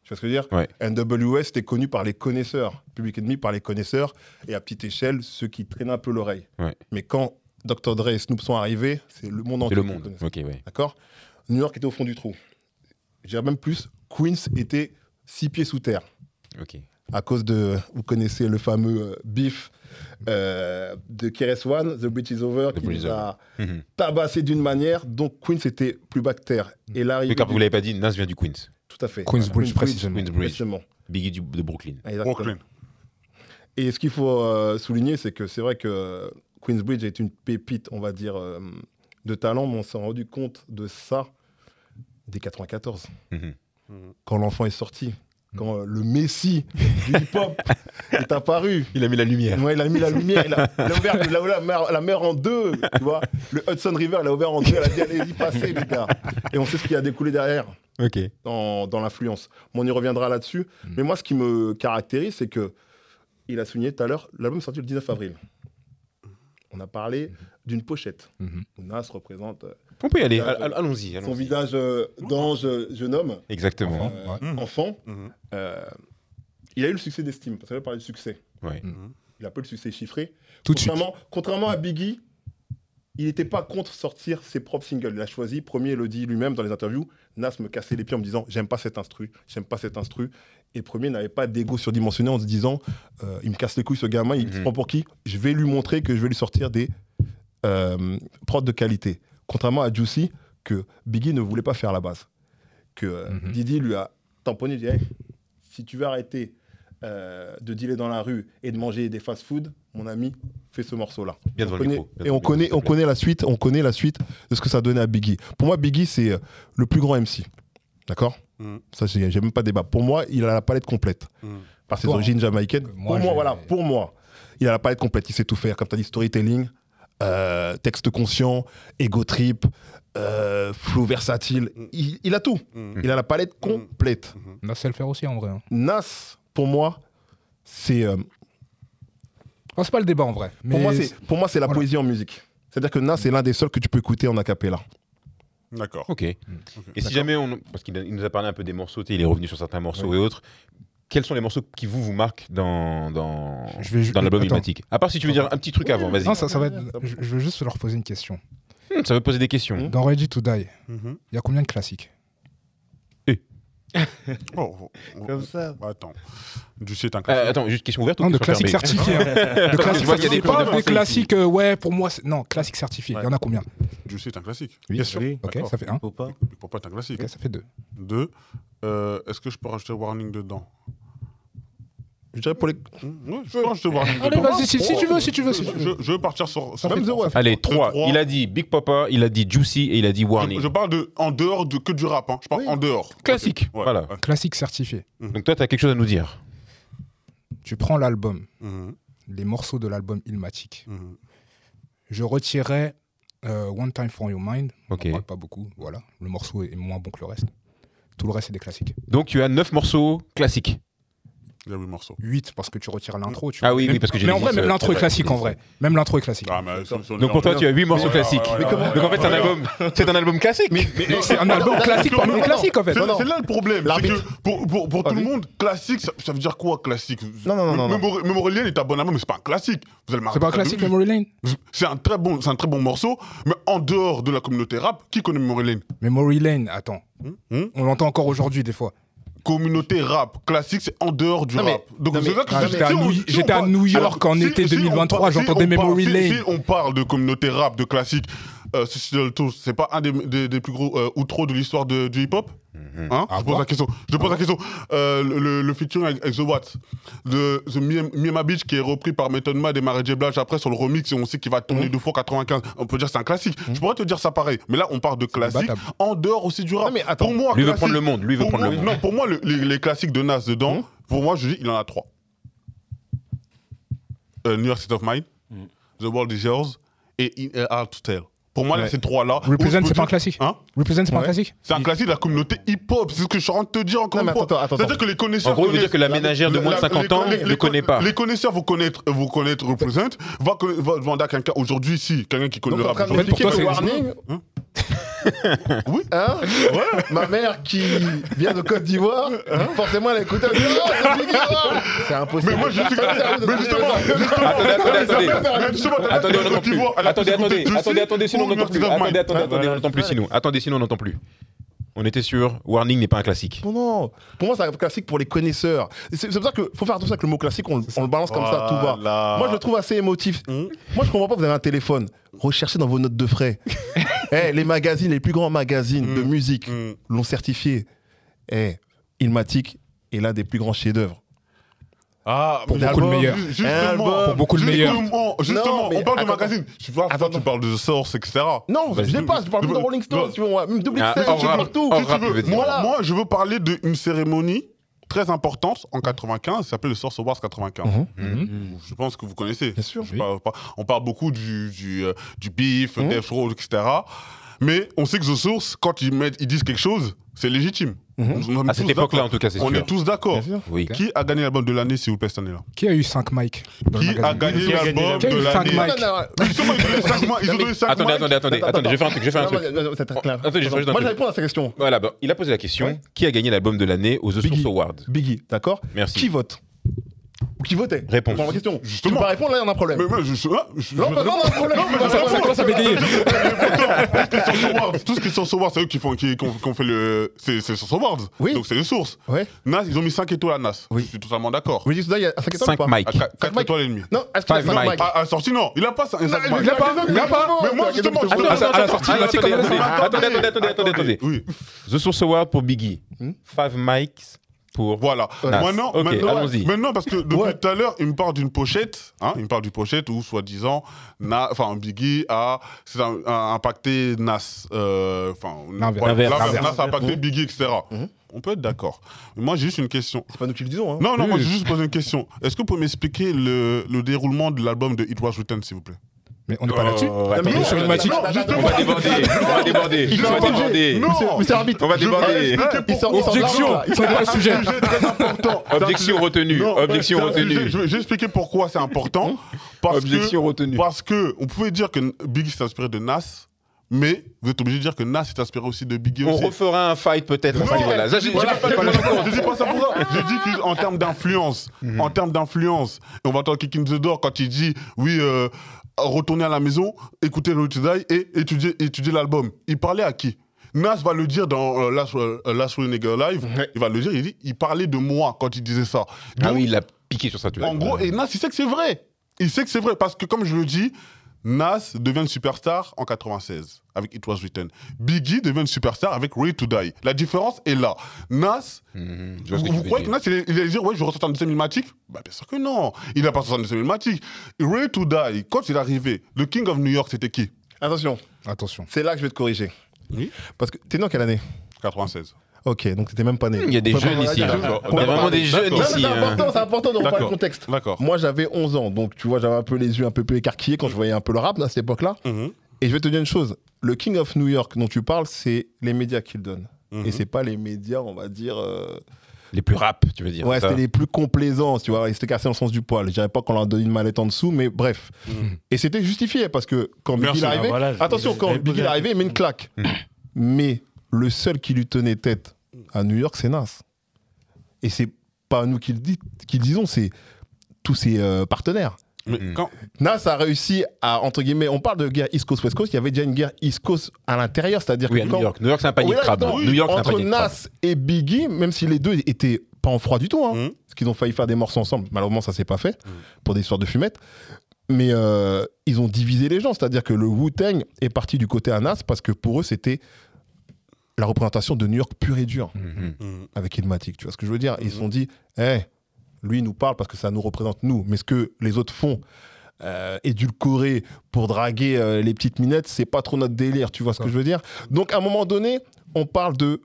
vois ce que je veux dire
Ouais.
NWS était connu par les connaisseurs, Public Enemy par les connaisseurs, et à petite échelle, ceux qui traînent un peu l'oreille.
Ouais.
Mais quand Dr. Dre et Snoop sont arrivés, c'est le monde
C'est
entier.
le
qui les
monde.
connaissait.
Ok, ouais.
D'accord New York était au fond du trou. Je dirais même plus, Queens était six pieds sous terre
Ok.
à cause de, vous connaissez le fameux euh, beef euh, de Keres One, The Bridge is Over,
The
qui
Bridge is
nous a
Mhm.
tabassé d'une manière, donc Queens était plus bas que terre. Et
Mais
l'arrivée
car vous
du-
l'avez pas dit, Nas vient du Queens.
Tout à fait.
Queensbridge
Queens
précisément.
Queensbridge.
Précisément.
Biggie du- de Brooklyn.
Exactement.
Brooklyn.
Et ce qu'il faut euh, souligner, c'est que c'est vrai que Queensbridge est une pépite, on va dire, euh, de talent, mais on s'est rendu compte de ça dès 94.
Mhm.
quand l'enfant est sorti, quand euh, le Messie du
<laughs>
hip-hop est apparu.
Il a mis la lumière.
Ouais, il a mis la lumière, il a, il a ouvert il a ouvert la, mer, la mer en deux, tu vois. Le Hudson River, il a ouvert en deux, elle a dit allez-y, passez, les gars. Et on sait ce qui a découlé derrière
Ok.
dans, dans l'influence. Mais on y reviendra là-dessus. Mais moi, ce qui me caractérise, c'est que, il a souligné tout à l'heure, l'album est sorti le 19 avril. On a parlé d'une pochette
Mhm.
où Nas représente euh,
On peut y aller. Al- al- Allons-y.
son
allons-y.
visage euh, d'ange euh, jeune homme, euh,
Exactement.
Enfant, ouais.
Mhm.
enfant.
Mm-hmm.
Mhm.
Euh, il a eu le succès d'estime, parce qu'on va parler de succès.
Ouais.
Il a pas eu le succès chiffré.
Tout de suite.
Contrairement, contrairement à Biggie, il n'était pas contre sortir ses propres singles. Il a choisi, premier le dit lui-même dans les interviews, Nas me cassait les pieds en me disant j'aime pas cet instru, j'aime pas cet instru. Et premier n'avait pas d'ego surdimensionné en se disant Euh, il me casse les couilles ce gamin, il se
Mhm.
prend pour qui Je vais lui montrer que je vais lui sortir des euh, prods de qualité. Contrairement à Juicy, que Biggie ne voulait pas faire à la base. Que euh,
Mhm.
Didi lui a tamponné, il dit, Hey, si tu veux arrêter euh, de dealer dans la rue et de manger des fast-food, mon ami, fais ce morceau-là.
Bien devant
On
le
connaît-
micro. bien devant
et on
le micro,
connaît,
s'il te
on
plaît.
connaît la suite, on connaît la suite de ce que ça donnait à Biggie. Pour moi, Biggie, c'est euh, le plus grand MC. D'accord
Mm.
Ça, j'ai j'ai même pas débat. Pour moi, il a la palette complète.
Mm.
Par ses
Toi,
origines jamaïcaines.
Moi,
pour moi,
j'ai-
voilà, pour moi, il a la palette complète. Il sait tout faire. Comme tu as dit, storytelling, euh, texte conscient, ego trip, euh, flow versatile.
Mm.
Il, il a tout.
Mm.
Il a la palette complète.
Nas sait le faire aussi en vrai. hein.
Nas, pour moi, c'est. euh,
Enfin, c'est pas le débat en vrai. Mais
pour moi, c'est- pour moi, c'est la
voilà.
poésie en musique. C'est-à-dire que Nas, c'est l'un des seuls que tu peux écouter en acapella.
Mm.
D'accord.
Ok. Et si
D'accord.
jamais on. Parce qu'il a- il nous a parlé un peu des morceaux, tu sais, il est revenu sur certains morceaux et autres. Quels sont les morceaux qui vous vous marquent dans, dans,
Je vais ju-
dans l'album
attends.
Ilmatic À part si tu veux dire un petit truc avant, vas-y.
Non, ça, ça va être- Je, je veux juste leur poser une question.
Hmm, Ça veut poser des questions.
Dans Ready to Die,
Mhm.
il y a combien de classiques
Oh, oh, oh.
Comme ça.
Attends. Du shit, un
Euh,
classique.
attends, juste question ouverte ou
Non, de
question
classiques
fermée
certifiés.
<laughs>
hein. De
Attends,
classiques
tu vois qu'il y a des
certifiés.
cours de
Pas de
français
classiques, euh, ouais, pour moi, c'est- non, classiques certifiés. Il y en a combien
Du shit, un classique.
Oui,
Bien sûr.
Oui.
Ok,
D'accord.
ça fait un.
Faut pas.
Big Papa est un classique.
Ok, ça fait deux.
Deux. euh, Est-ce que je peux rajouter Warning dedans
Je dirais pour les.
Hmm, ouais, je peux rajouter Warning
Mm. Allez,
dedans.
vas-y, si, si tu veux, si tu veux, si tu veux.
Oh. Je, je veux partir sur. sur-
Même The Web.
Allez, trois.
trois.
Il a dit Big Papa, il a dit Juicy et il a dit Warning.
Je, je parle de en dehors de, que du rap. hein. Je parle
Oui.
en dehors.
Classique,
Ok, ouais,
voilà.
ouais.
Classiques certifiés.
Donc toi, t'as quelque chose à nous dire
Tu prends l'album,
Mhm,
les morceaux de l'album Ilmatic.
mhm,
Je retirais euh, One Time for Your Mind. On en
Ok.
parle pas beaucoup, voilà. Le morceau est moins bon que le reste. Tout le reste, c'est des classiques.
Donc tu as neuf morceaux classiques.
Il y a huit morceaux.
8 parce que tu retires l'intro. Tu
Ah
vois.
oui, oui,
Même-
parce que j'ai
Mais en
dit
vrai,
ce-
même l'intro est classique en vrai. Même l'intro est classique.
Ah, mais si- si on
Donc pour
est
toi, tu as huit morceaux
Ouais,
classiques.
ouais, ouais, ouais, ouais,
Donc en fait, c'est un
ouais.
album, c'est un album classique.
C'est un album classique parmi les classiques en fait.
C'est
non.
c'est là le problème. c'est
L'arbitre.
que pour pour, pour tout le monde, classique, ça, ça veut dire quoi classique
Non, non, non,
M-
non, non.
Memori- Memorial est un bon album, mais c'est pas un classique. Vous allez
C'est pas un
m'arrêter là
classique,
de-
Memory Lane
C'est un très bon, c'est un très bon morceau, mais en dehors de la communauté rap, qui connaît Memory Lane
Memory Lane, attends.
Hmm Hmm
On l'entend encore aujourd'hui des fois.
Communauté rap classique, c'est en dehors du
Non, mais-
rap. Donc
non,
c'est
mais-
là que
Ah,
je-
j'étais à
si on-
New-
si on
j'étais à
parle-
New York en été
on parle-
2023, j'entendais
on parle-
Memory
si-
Lane.
Si on parle de communauté rap, de classique, euh, Suicidal Tools, c'est pas un des, des- des plus gros euh, outros de l'histoire de- du hip-hop
Mm-hmm.
Hein
Ah
je pose
bon
la question. Je pose la question. Euh, le- le, le featuring avec, avec The Watt, le The Mie- Miema Beach qui est repris par Method Man et Mary J Blige après sur le remix et on sait qu'il va
Mm.
tourner deux fois 95. On peut dire que c'est un classique. Je pourrais te dire ça pareil, mais là on part de classique
imbattable.
en dehors aussi du rap.
Non, mais attends.
pour moi,
Lui veut
classique-
prendre le monde. Lui veut
pour
prendre le Hmm.
moi-
monde.
Non, pour moi le- les, les classiques de Nas dedans,
Mhm.
pour moi je dis il en a trois. Euh, New York State of Mind,
Hmm.
Mhm.
The World Is Yours et In a Hard to Tell. Pour moi là,
Ouais.
ces trois là.
Represent, c'est pas un classique.
Hein
Represent, c'est pas un
Ouais.
classique.
c'est un classique de la communauté hip-hop, c'est ce que je suis en train de te dire encore
Non, mais
une fois.
attends, attends,
C'est-à-dire
attends.
que les connaisseurs.
En gros, il veut
connaissent-
dire que la ménagère de
la-
moins de
la-
50
les-
ans
les-
ne
les-
connaît pas.
Les connaisseurs vont connaître, vont connaître Represent, va, conna- va, va dire à quelqu'un aujourd'hui, si, quelqu'un qui connaît
Donc,
le
en
rap.
train de
En fait, pour
m'expliquer
toi,
que
c'est-
Warning.
Hein
oui. Hein Ma mère qui vient de Côte d'Ivoire,
Hein?
forcément, elle a écouté. elle dit, Ah, c'est Biggie, ah C'est impossible.
Mais moi, je suis. mais justement,
Attendez, attendez, attendez.
mais justement, t'as-
Attendez,
t'as-
on n'entend
tu
plus.
vois, elle a
Attendez,
plus écouté
attendez,
Juicy
attendez, attendez, sinon on
ou
n'entend plus.
Murphy's Love Mine.
Attendez, attendez,
Hein,
attendez, on n'entend plus sinon. Attendez, sinon on n'entend plus. On était sûr, Warning n'est pas un classique.
Non, non. Pour moi, c'est un classique pour les connaisseurs. C'est c'est pour ça que faut faire attention avec le mot classique, on, on le balance comme ça, tout va.
Voilà.
Moi, je le trouve assez émotif.
Hmm.
Moi, je comprends pas, vous avez un téléphone. Recherchez dans vos notes de <laughs> frais. Eh, les magazines, les plus grands magazines de
Hmm.
musique
Hmm.
l'ont certifié. Eh, Ilmatic est l'un des plus grands chefs-d'œuvre.
Ah,
Pour
mais
beaucoup
le
l'album,
meilleur.
ju-
Un
Justement,
album. Pour
beaucoup le meilleur.
Justement, justement,
Non, mais
on parle de
attends.
magazine. Tu vois, toi,
Attends.
tu parles de Source, etc.
Non,
Vas-y.
je l'ai pas, je parle plus de Rolling Stones, tu vois, même double
Ah,
XL,
hors
je
rap,
parle tout.
hors
Tu- tu
rap,
veux-
il veut dire.
Moi,
Voilà.
moi, je veux parler d'une cérémonie très importante en 95, ça s'appelle le Source Awards 95.
Mhm.
Je pense que vous connaissez.
Bien sûr.
Je parle pas- on parle beaucoup du, du, euh, du beef, Death Row, etc. Mais on sait que The Source, quand ils, mettent, ils disent quelque chose, c'est légitime.
Mhm.
Nous en sommes
À cette
tous
époque-là,
d'accord.
en tout cas, c'est
On est
sûr.
tous d'accord.
Bien sûr.
Oui.
Ok.
Qui a gagné l'album de l'année, s'il vous plaît, cette année-là
Qui a eu 5 mics dans le
Qui a
magazine
gagné
Qui a gagné
l'album
l'album
de
Qui a eu cinq
l'année
mics
Non, non, non.
Justement, ils ont donné cinq mics, ils ont donné cinq
Attendez,
mics.
attendez, attendez,
Attends,
attendez, je vais faire un truc, je vais faire un
Non,
truc.
non, non, c'est très clair.
Attends, je vais faire juste un
Moi, je
truc.
réponds à sa question.
Voilà, bah, il a posé la question.
Ouais.
Qui a gagné l'album de l'année aux The
Biggie.
Source Awards
Biggie, d'accord
Merci.
Qui vote Ou qui votait
Réponse.
Dans la question.
Justement.
Tu peux pas répondre, là, il y a un problème.
Mais moi, je suis là. je-
Non,
je-
pas- non, non, un problème.
mais
Ça ça commence à bégayer.
Sans Source Awards, Tout ce qui est Source Awards, c'est eux qui font, qui, qui ont- qui ont fait le, c'est, c'est Source Awards.
Oui.
Donc c'est les sources.
Ouais.
Nas, ils ont mis 5 étoiles à Nas.
Oui.
Je suis totalement d'accord.
Ready to Die, il y a 5 étoiles ou
5
pas
Mike.
4
Mike.
étoiles et demie.
Non, est-ce qu'il y a
Five
cinq
Mike.
Mike
À, à la sortie, non, il a pas ça.
Non,
cinq
il
Mike.
l'a pas, il l'a pas.
Mais moi, justement, je
Attends,
veux-
attends,
À la sortie,
Ah,
attendez,
attendez,
attendez,
attendez,
attendez, attendez, attendez, attendez.
Oui.
The Source Award pour Biggie.
Hmm.
5 Mike's pour.
Voilà.
Ouais.
Maintenant,
Ok,
maintenant,
allons-y.
maintenant, parce que depuis
Ouais.
tout à l'heure, il me parle d'une pochette, hein, il me parle d'une pochette où, soi-disant, Na- enfin, Biggie a, c'est un- a impacté Nas. euh, Enfin,
L'inverse.
ouais,
L'inverse.
l'inverse,
L'inverse.
Nas a impacté Biggie, etc.
Mhm.
On peut être d'accord. Mais Moi, j'ai juste une question.
C'est pas nous qui le disons. Hein.
Non, non, moi,
Oui.
j'ai juste posé une question. Est-ce que vous pouvez m'expliquer le, le déroulement de l'album de It Was Written, s'il vous plaît
Mais on n'est pas là-dessus.
Euh,
mais
attendez,
non,
sur une
attendez.
matinée.
non,
On
justement.
va déborder, on va déborder,
Il
on va
a pas-
déborder.
Non.
Monsieur- Monsieur l'arbitre.
On va
Je vais
déborder.
expliquer
Oh, Il sort-
pourquoi.
il sort de là,
Objection,
là.
c'est pas le sujet.
C'est un sujet très important.
<laughs> Objection retenue,
Non,
objection
c'est un sujet-
retenue. Mhm.
Je vais je vais expliquer pourquoi c'est important. Parce que
Objection retenue.
Parce que on pouvait dire que Biggie s'est inspiré de Nas, mais vous êtes obligé de dire que Nas s'est inspiré aussi de Biggie
On
aussi.
refera un fight peut-être à ce
Non,
niveau-là. Ça, j'ai- j'ai
Voilà,
Oh, pas- j'ai pas le temps.
je dis pas ça pour ça. Je dis qu'en termes d'influence,
Mhm.
en termes d'influence, et on va entendre Kikin the Door quand il dit oui, euh, retourner à la maison, écouter No to Die et étudier, étudier l'album. Il parlait à qui Nas va le dire dans euh, Last, euh, Last Real Nigga Live. Il va le dire, il dit, il parlait de moi quand il disait ça.
Ah
Donc,
oui, il a piqué sur ça, tu vois.
en gros, et Nas, il sait que c'est vrai. Il sait que c'est vrai parce que, comme je le dis, Nas devient une superstar en 96 avec It Was Written. Biggie devient une superstar avec Ready to Die. La différence est là. Nas,
Mhm, je vois ce que
vous, vous
tu veux
croyez que
dire.
Nas, il allait- il allait dire Ouais, je ressors 32 énigmatique Bah, bien sûr que non. Il n'a pas 32 énigmatique. Ready to Die, quand il est arrivé, le King of New York, c'était qui
Attention,
Attention.
c'est là que je vais te corriger.
Oui.
Parce que t'es né en quelle année
96.
Ok, donc t'étais même pas né.
Il y a des
On peut pas
jeunes
parler
ici.
de
là.
la-
Il y
D'accord.
a vraiment des jeunes
Non, mais
ici.
c'est
hein.
important, c'est important de reparler le
D'accord.
contexte.
D'accord.
Moi j'avais 11 ans, donc tu vois, j'avais un peu les yeux un peu écarquillés quand je voyais un peu le rap à cette époque-là.
Mhm,
Et je vais te dire une chose, le King of New York dont tu parles, c'est les médias qui le donnent.
mhm.
Et c'est pas les médias, on va dire. euh,
Les plus rap, tu veux dire.
Ouais,
ça.
c'était les plus complaisants, tu vois. Ils s'étaient cassés dans le sens du poil. Je dirais pas qu'on leur a donné une mallette en dessous, mais bref.
Mhm.
Et c'était justifié parce que quand Biggie
Merci, Mhm.
est arrivé,
ah, voilà, je-
attention,
je-
quand
j'avais posé
Biggie est
la
arrivé, il met une claque. mais le seul qui lui tenait tête à New York, c'est Nas. Et c'est pas nous qui le, dit- qui le disons, c'est tous ses euh, partenaires.
Mais
Mhm.
quand-
Nas a réussi à, entre guillemets, on parle de guerre East Coast-West Coast, il y avait déjà une guerre East Coast à l'intérieur, c'est-à-dire
Oui,
que
à
quand-
New York. New York, c'est un panier
Oui,
de crabe.
attends,
New York, c'est un
entre
panier de crabe.
Nas et Biggie, même si les deux étaient pas en froid du tout, hein,
Mhm.
Mm.
parce qu'ils ont failli faire des morceaux ensemble, malheureusement ça s'est pas fait,
Mhm.
pour des histoires de fumette, mais euh, ils ont divisé les gens, c'est-à-dire que le Wu-Tang est parti du côté à Nas parce que pour eux c'était la représentation de New York pure et dure,
Mhm.
Mhm.
avec Illmatic, tu vois ce que je veux dire Ils se
Mhm.
sont dit, eh, lui il nous parle parce que ça nous représente nous, mais ce que les autres font... euh, édulcoré pour draguer euh, les petites minettes, c'est pas trop notre délire, tu vois ce que je veux dire Donc à un moment donné, on parle de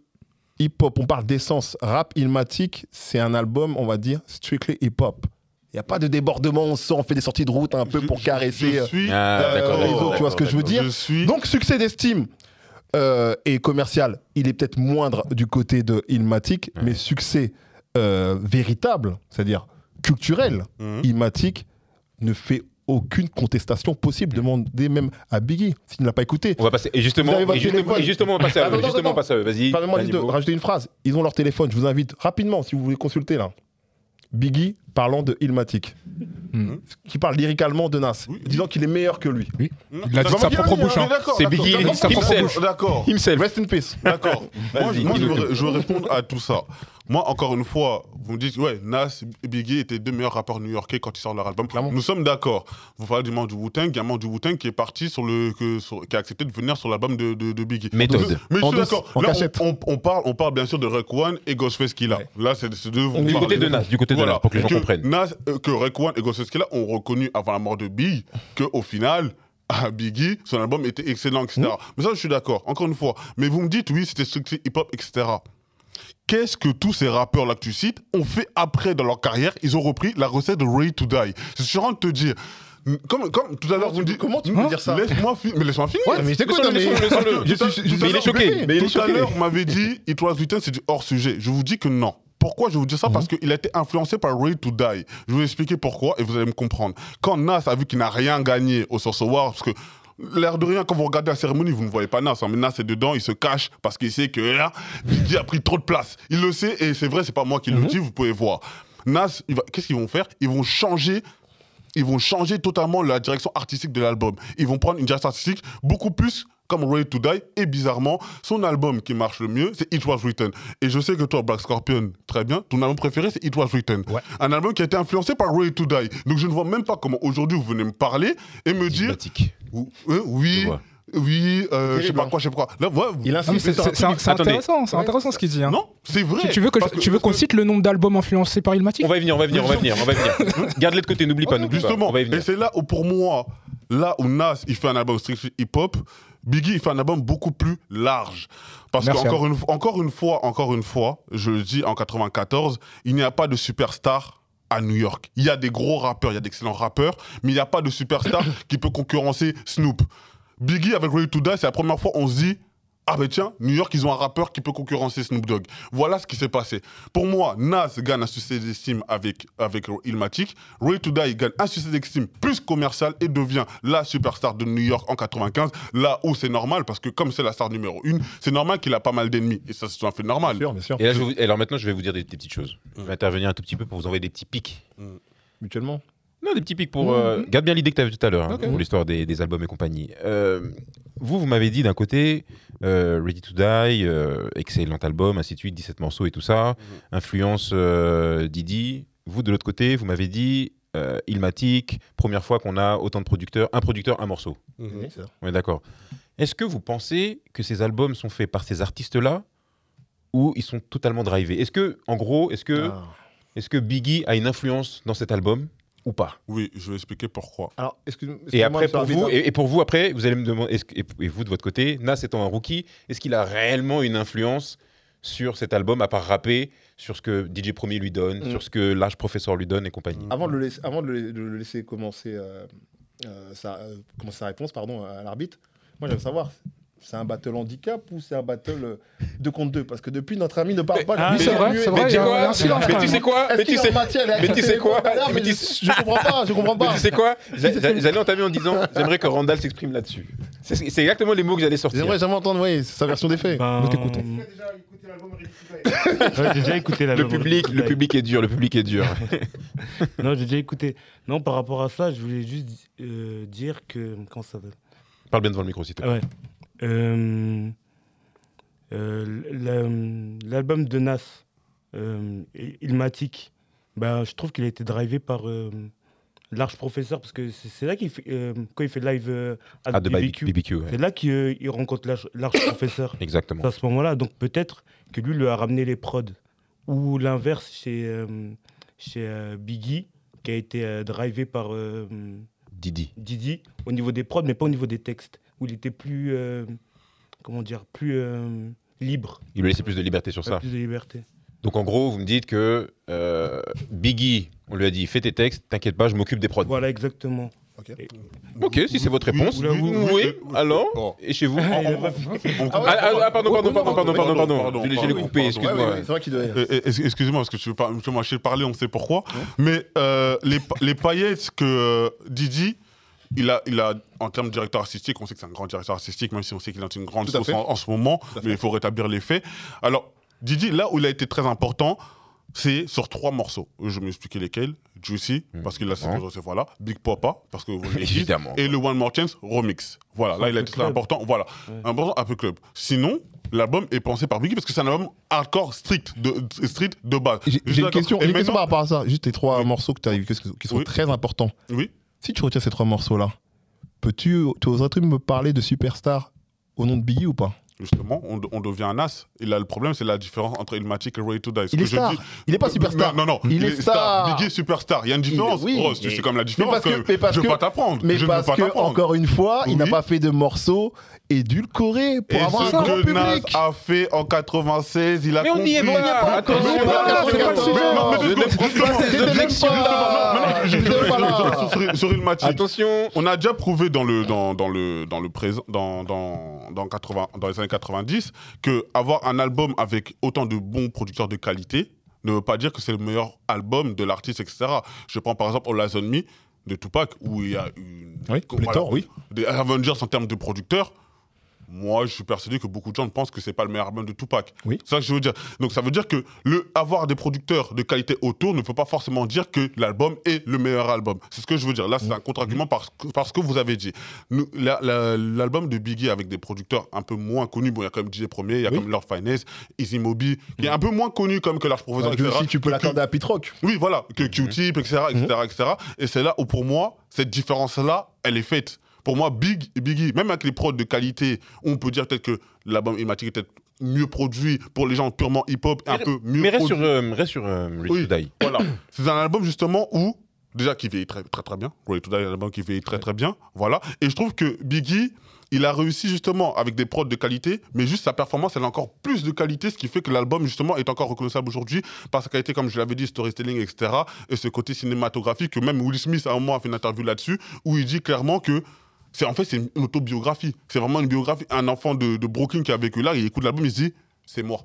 hip-hop, on parle d'essence. Rap Illmatic, c'est un album, on va dire, strictly hip-hop. Il n'y a pas de débordement, on sort, on fait des sorties de route un peu
Je-
pour
je-
caresser.
Je
euh,
suis.
Ah, d'accord,
les autres,
d'accord.
tu vois ce que je veux
d'accord.
dire
Je suis.
Donc succès d'estime euh, et commercial, il est peut-être moindre du côté de Illmatic, mais succès euh, véritable, c'est-à-dire culturel,
Mmh.
Mhm.
Illmatic ne fait aucune contestation possible.
Mmh.
Demandez même à Biggie s'il ne l'a pas écouté.
On va passer. Et justement,
Vous avez votre
et justement,
téléphone.
et justement, on passe à eux.
Attends,
Justement, on
attends,
passe à eux. Vas-y.
Permettez-moi juste de
Danilo.
rajouter une phrase. Ils ont leur téléphone. Je vous invite rapidement, si vous voulez consulter là. Biggie parlant de Illmatic,
Hmm.
qui parle lyriquement de Nas,
Oui.
disant qu'il est meilleur que lui.
Il a dit de sa propre bouche. hein.
C'est Biggie,
il a dit sa propre
himself.
bouche.
D'accord.
Himself.
Rest in peace.
<laughs>
D'accord. moi,
Vas-y,
je- moi, je,
dis-le
veux,
tout.
je veux répondre à tout ça. Moi, encore une fois, vous me dites, ouais, Nas et Biggie étaient deux meilleurs rappeurs new-yorkais quand ils sortent leur album. Nous sommes d'accord. Vous parlez du membre du Wu-Tang, il y a un membre du Wu-Tang qui est parti sur le. que- sur- qui a accepté de venir sur l'album de, de, de Biggie.
Méthode.
Mais je
En
suis
deux-
d'accord.
en
Là,
cachette.
on, on- on parle, on parle bien sûr de Rec One et Ghostface qu'il a. Là, c'est c'est deux. vous
Du
parlez.
côté de Nas, du côté de Nas, pour que les gens
Et
comprennent.
Nas, euh, que Rec One et Ghostface Killah ont reconnu avant la mort de Big qu'au final, <laughs> à Biggie, son album était excellent, etc.
Mm.
Mais ça, je suis d'accord, encore une fois. Mais vous me dites, oui, c'était structuré hip-hop, etc. Qu'est-ce que tous ces rappeurs-là que tu cites ont fait après dans leur carrière Ils ont repris la recette de Ready to Die. C'est sûr de te dire. Comme, comme tout à l'heure, vous me dites.
comment tu peux
Hein
dire ça
Laisse-moi fi- mais laisse-moi finir.
Ouais, mais je t'écoute, hein, mais-
Laissons-le,
Je
laissons-le.
suis- je suis-
Mais il est choqué. Mais il est
Tout à
choqué.
l'heure, on
<laughs>
m'avait dit It Was Written, c'est du hors-sujet. Je vous dis que non. Pourquoi je vous dis ça Parce
Mhm.
qu'il a été influencé par Ready to Die. Je vais vous expliquer pourquoi et vous allez me comprendre. Quand Nas a vu qu'il n'a rien gagné au Source Award, parce que l'air de rien, quand vous regardez la cérémonie, vous ne voyez pas Nas. hein, mais Nas est dedans, il se cache parce qu'il sait que là, Biggie a pris trop de place. Il le sait et c'est vrai, c'est pas moi qui
Mhm.
le dis, vous pouvez voir. Nas, il va- qu'est-ce qu'ils vont faire Ils vont changer ils vont changer totalement la direction artistique de l'album. Ils vont prendre une direction artistique beaucoup plus comme Ready to Die. Et bizarrement, son album qui marche le mieux, c'est It Was Written. Et je sais que toi, Black Scorpion, très bien, ton album préféré, c'est It Was Written.
Ouais.
Un album qui a été influencé par Ready to Die. Donc je ne vois même pas comment aujourd'hui vous venez me parler et me dire
Diplomatique.
ou- euh, oui,
Je vois.
Oui, euh, je sais
Terrible,
pas
hein.
quoi, je sais pas quoi. Là, ouais,
Il
Ah, mais
insulte
C'est
les
c'est- c'est- c'est
Attendez.
intéressant, c'est intéressant ce qu'il dit. hein.
Non, c'est vrai.
Tu, tu veux que
Parce
je- tu veux qu'on cite le nombre d'albums influencés par Illmatic
On va y venir, on va y venir, on va y venir, on va y venir. <laughs> Garde-les de côté, n'oublie pas, n'oublie pas.
Justement,
On va y
et
venir.
c'est là où pour moi, là où Nas il fait un album strictly hip-hop, Biggie il fait un album beaucoup plus large. Parce
Merci,
hein.
qu'encore une, encore une fois, encore une fois, je le dis en 94, il n'y a pas de superstar à New York. Il y a des gros rappeurs, il y a d'excellents rappeurs, mais il n'y a pas
<coughs>
de superstar qui peut concurrencer Snoop. Biggie avec Ready to Die, c'est la première fois on se dit ah ben tiens, New York, ils ont un rappeur qui peut concurrencer Snoop Dogg. Voilà ce qui s'est passé. Pour moi, Nas gagne un succès d'estime avec, avec Illmatic. Ray to Die gagne un succès d'estime plus commercial et devient la superstar de New York en 95. Là où c'est normal, parce que comme c'est la star numéro une, c'est normal qu'il a pas mal d'ennemis. Et ça, c'est tout à fait normal.
Bien sûr, bien sûr.
Et là, je vous- et alors maintenant, je vais vous dire des, des petites choses. Je vais intervenir un tout petit peu pour vous envoyer des petits pics.
Mutuellement.
Non, des petits pics pour. euh, garde bien l'idée que tu avais tout à l'heure hein,
Ok.
pour l'histoire des, des albums et compagnie. Euh, vous, vous m'avez dit d'un côté, euh, Ready to Die, euh, excellent album, ainsi de suite, 17 morceaux et tout ça, influence euh, Didi. Vous, de l'autre côté, vous m'avez dit euh, Illmatic, première fois qu'on a autant de producteurs, un producteur, un morceau.
Oui, c'est ça.
On est d'accord. Est-ce que vous pensez que ces albums sont faits par ces artistes-là ou ils sont totalement drivés Est-ce que, en gros, est-ce que,
Ah.
est-ce que Biggie a une influence dans cet album ou pas
Oui, je vais expliquer pourquoi.
Alors, excuse- excuse-moi.
Et après,
monsieur
pour
Arvida.
vous, et, et pour vous, après, vous allez me demander, est-ce que- et, et vous de votre côté, Nas étant un rookie, est-ce qu'il a réellement une influence sur cet album, à part rapper, sur ce que DJ Premier lui donne,
Mm.
sur ce que Large Professor lui donne et compagnie
Avant de le laisser, avant de le, de le laisser commencer, euh, euh, sa, euh, commencer sa réponse pardon, à l'arbitre, moi j'aime savoir, c'est un battle handicap ou c'est un battle euh, deux contre deux Parce que depuis, notre ami ne parle pas.
ah,
lui,
Oui, c'est
il est
vrai,
muet.
c'est vrai.
tu
il y a
sais
un- il y a
quoi
un silence
Mais
quand
tu
même.
sais quoi
Est-ce
Mais
qu'il
tu
est en
sais
matière, il a
mais tu
accepté
sais
les
quoi
commentaires,
Mais
mais
tu-
Je je comprends pas, je comprends
<laughs> Mais
pas.
tu sais quoi J'a- j'a- J'allais entamer en disant j'aimerais que Randall s'exprime là-dessus. C'est c'est exactement les mots que j'allais sortir.
J'aimerais jamais entendre ouais, sa version des faits.
Ben,
Nous t'écoutons.
Ouais, j'ai déjà écouté la
Le public, le public est dur, le public est dur.
Non, j'ai déjà écouté. Non, par rapport à ça, je voulais juste euh, dire que. Comment ça s'appelle
Parle bien devant le micro, s'il te plaît.
Ah ouais. Euh, euh, l'al- L'album de Nas, euh, Ilmatic, bah, je trouve qu'il a été drivé par euh, Large Professeur, parce que c'est c'est là qu'il fait, euh, quand il fait live euh,
Ah, de
avec
BBQ, BBQ
BBQ,
ouais.
c'est là qu'il euh, il rencontre Large, Large Professeur.
Exactement.
C'est à ce moment-là, donc peut-être que lui lui a ramené les prods, ou l'inverse chez, euh, chez euh, Biggie, qui a été euh, drivé par. euh,
Didi.
Didi au niveau des prods, mais pas au niveau des textes, où il était plus, euh, comment dire, plus euh, libre,
Il lui laissait plus de liberté sur ça.
plus de liberté.
Donc en gros, vous me dites que euh, Biggie, on lui a dit fais tes textes, t'inquiète pas, je m'occupe des prods.
Voilà, exactement.
Ok, si c'est votre réponse.
oui, oui,
Oui, alors
Oh.
Et chez vous
Ah,
Ah,
il a pas-
ah, ah, pardon, pardon, pardon, pardon, pardon,
pardon,
pardon. Je l'ai- je l'ai
pardon,
coupé,
pardon.
Ouais, ouais,
excuse-moi.
ouais, c'est vrai qu'il doit.
Euh, euh, ex- Excusez-moi, parce que tu veux pas, tu m'as lâché de parler, on sait pourquoi. Mais euh, les, pa- les paillettes que euh, Didi, il a, il a, en termes de directeur artistique, on sait que c'est un grand directeur artistique, même si on sait qu'il est dans une grande
Tout à
sauce
fait.
en, en ce moment,
Tout à fait.
mais il faut rétablir les faits. Alors, Didi, là où il a été très important, c'est sur trois morceaux. Je vais m'expliquer lesquels. Juicy,
Hmm.
Mmh.
parce qu'il a cette
Bon.
voilà Big Papa, parce que
<laughs>
vous l'avez dit.
Évidemment.
Et le One More Chance remix. Voilà, là, il a
peu
été très
club.
important. Voilà,
Ouais.
important un peu club. Sinon, l'album est pensé par Biggie parce que c'est un album hardcore strict de, de- strict de base.
J'ai
Juste
j'ai une
d'accord.
question,
Et
j'ai une question par
maintenant-
rapport à ça. Juste tes trois
Oui.
morceaux que tu as qui sont
Oui.
très importants.
Oui.
Si tu retiens ces trois morceaux-là, peux-tu, tu oserais-tu me parler de Superstar au nom de Biggie ou pas
Justement, on, de- on devient un as. Et là, le problème, c'est la différence entre Illmatic et Ready to Die. Ce
Il
que
est
je
star.
dis-
Il n'est pas
Euh,
superstar.
Non, non, non.
Il est star.
Biggie est superstar. Il y a une différence.
oui.
Rose, tu
Mais-
sais comme la différence.
parce que- mais parce
je
que-
ne veux pas t'apprendre.
Mais
je ne veux
parce
pas
que,
t'apprendre.
encore une fois, il n'a
Oui.
pas fait de morceaux édulcorés pour
Et
avoir un grand
ce que Nas
public.
a fait en 96, il a
Mais on n'y est
compris.
pas
encore.
Attention,
On n'y est pas,
c'est pas le
c'est pas
sujet.
le
Non, mais
Je
deux
ne-
secondes, justement.
ces
Deux secondes,
objections-là.
Ah,
justement. Non, non, je- je-
Deux pas là.
je- sur- sur- Sur Illmatic.
Attention
On a déjà prouvé dans le dans, dans le dans le présent dans dans dans 80 dans les années 90 que avoir un album avec autant de bons producteurs de qualité ne veut pas dire que c'est le meilleur album de l'artiste etc. Je prends par exemple All Eyes on Me de Tupac où il y a une
Oui, pléthore, oui.
des Avengers en termes de producteurs. Moi, je suis persuadé que beaucoup de gens pensent que c'est pas le meilleur album de Tupac.
Oui.
C'est ça que je veux dire. Donc ça veut dire que le avoir des producteurs de qualité autour ne peut pas forcément dire que l'album est le meilleur album. C'est ce que je veux dire. Là, c'est un contre-argument parce, que- parce que vous avez dit. Nous, la- la- L'album de Biggie avec des producteurs un peu moins connus, bon, il y a quand même DJ Premier, il y a
Oui. Mm.
quand même Lord Finesse, Easy Moby, qui est un peu moins connu comme que Large Professeur,
Dieu,
etc.
si tu peux l'accorder à Pitrock.
Oui, voilà, que Q-Tip, etc., etc., etc. Et c'est là où, pour moi, cette différence-là, elle est faite. Pour moi, Big et Biggie, même avec les prods de qualité, on peut dire peut-être que l'album Ilmatic est peut-être mieux produit pour les gens purement hip-hop, un
Mais-
peu mieux
Mais reste
produit.
sur, euh, reste sur euh, Ready
Oui.
to Die.
Voilà. <coughs> C'est un album justement où, déjà, qui vieillit très très, très bien. Ready to Die est un album qui vieillit très très bien. Voilà. Et je trouve que Biggie, il a réussi justement avec des prods de qualité, mais juste sa performance, elle a encore plus de qualité, ce qui fait que l'album justement est encore reconnaissable aujourd'hui par sa qualité, comme je l'avais dit, storytelling, etc. Et ce côté cinématographique, que même Will Smith à un moment a fait une interview là-dessus, où il dit clairement que. C'est, en fait, c'est une autobiographie. C'est vraiment une biographie. Un enfant de, de Brooklyn qui a vécu là, il écoute l'album, il se dit C'est moi.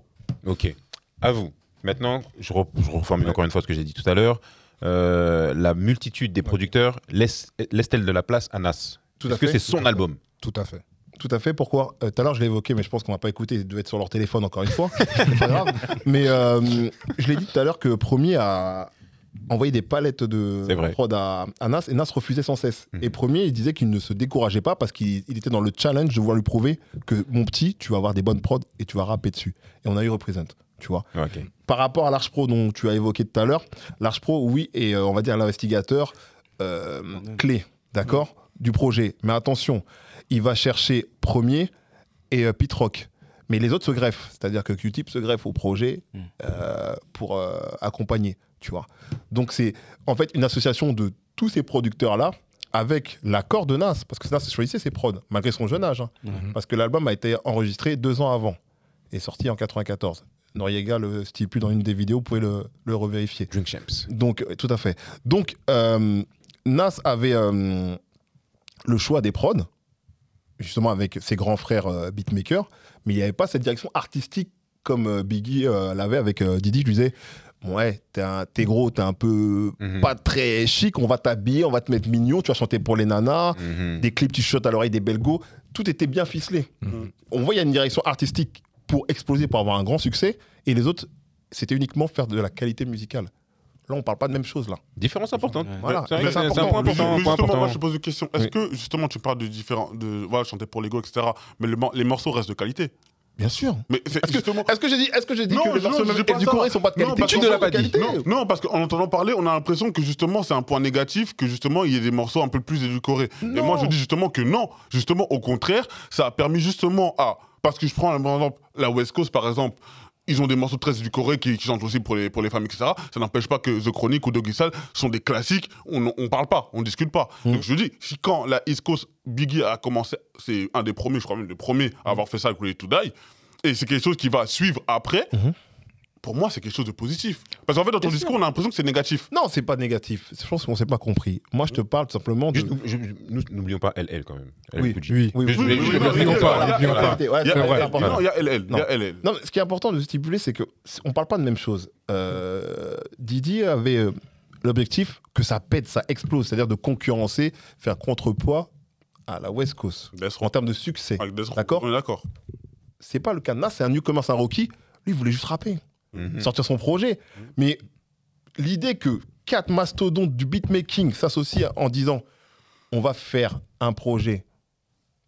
Ok. À vous. Maintenant, je, re- je reformule encore une fois ce que j'ai dit tout à l'heure. Euh, la multitude des producteurs laisse- laisse-t-elle de la place à Nas
Tout à
Parce que
fait.
c'est son album.
Tout à fait.
Tout à fait. Pourquoi Euh, Tout à l'heure, je l'ai évoqué, mais je pense qu'on va pas écouter. Ils devaient être sur leur téléphone encore une fois. <laughs> C'est pas grave. Mais euh, je l'ai dit tout à l'heure que Premier a envoyé des palettes de
C'est vrai.
prod à, à Nas et Nas refusait sans cesse.
Mhm.
Et Premier, il disait qu'il ne se décourageait pas parce qu'il il était dans le challenge de vouloir lui prouver que mon petit, tu vas avoir des bonnes prods et tu vas rapper dessus. Et on a eu Represent, tu vois
Ok.
par rapport à l'Arch Pro dont tu as évoqué tout à l'heure, l'Arch Pro, oui, et on va dire l'investigateur euh, clé, d'accord, du projet. Mais attention, il va chercher premier et euh, Pete Rock. Mais les autres se greffent, c'est-à-dire que Q-Tip se greffe au projet
Mm.
euh, pour euh, accompagner, tu vois. Donc c'est en fait une association de tous ces producteurs-là avec l'accord de Nas, parce que Nas choisissait ses prods, malgré son jeune âge. hein.
Mhm.
Parce que l'album a été enregistré deux ans avant et sorti en 94. Noriega le stipule dans une des vidéos, vous pouvez le, le revérifier.
Drink Champs.
Donc, euh, tout à fait. Donc, euh, Nas avait euh, le choix des prods, justement avec ses grands frères euh, beatmakers, mais il n'y avait pas cette direction artistique comme euh, Biggie euh, l'avait avec euh, Didi. Je lui disais, ouais, t'es un- t'es gros, t'es un peu
Mhm.
pas très chic, on va t'habiller, on va te mettre mignon, tu vas chanter pour les nanas
Mhm.
des clips, tu shot à l'oreille des Belgos. Tout était bien ficelé.
Mhm.
On voit, il y a une direction artistique pour exploser, pour avoir un grand succès. Et les autres, c'était uniquement faire de la qualité musicale. Là, on parle pas de même chose, là.
Différence importante.
Ouais.
Voilà.
C'est vrai
Mais
que
c'est
c'est c'est un
important.
point
Mais ju-
important.
mais
un point
justement, moi je
important.
pose une question. Est-ce que justement tu parles de différents, de voilà, chanter pour l'ego, etc. Mais le mor- les morceaux restent de qualité.
Bien sûr.
Mais c'est
Est-ce
justement.
que, est-ce que j'ai dit, est-ce que j'ai dit
Non,
que les
je-
morceaux
je
même
dis pas
du
ça.
Corée sont pas de
Non,
qualité
parce
Tu ne
sont
l'as
de
pas dit.
qualité.
Non, non, parce qu'en entendant parler, on a l'impression que justement c'est un point négatif, que justement il y a des morceaux un peu plus édulcorés. Et
Non.
moi je dis justement que non, justement au contraire, ça a permis justement à. Parce que je prends par exemple, la West Coast par exemple. Ils ont des morceaux très édulcorés qui, qui chantent aussi pour les, pour les femmes, etc. Ça n'empêche pas que The Chronic ou Doggy Style sont des classiques. On ne parle pas, on discute pas.
Mm.
Donc je dis, si quand la East Coast, Biggie a commencé, c'est un des premiers, je crois même le premier à avoir fait ça avec Ready to Die, et c'est quelque chose qui va suivre après,
Mhm.
pour moi, c'est quelque chose de positif. Parce qu'en fait, dans ton
Bien
discours, on a l'impression que c'est négatif.
Non, c'est pas négatif. Je pense qu'on s'est pas compris. Moi, je te parle tout simplement de.
Juste, je- je- nous n'oublions pas LL quand même. LL
Oui.
Cool J.
Oui.
Oui,
Juste,
oui,
je-
oui,
je-
oui,
je-
oui,
n'oublions
oui,
pas,
voilà,
n'oublions pas.
voilà. Ouais,
Il y a
c'est
LL.
vrai,
Non,
c'est important.
il y a LL. Il y a LL.
Non, mais ce qui est important de stipuler, c'est que c'est- on parle pas de même chose. Euh, Didi avait euh, l'objectif que ça pète, ça explose, c'est-à-dire de concurrencer, faire contrepoids à la West Coast
Death Row.
en termes de succès.
Avec Death Row.
D'accord.
On est d'accord.
C'est pas le cas de Nas, c'est un newcomer, c'est un rookie. Lui, il voulait juste rapper,
Mhm.
sortir son projet. Mais l'idée que quatre mastodontes du beatmaking s'associent en disant on va faire un projet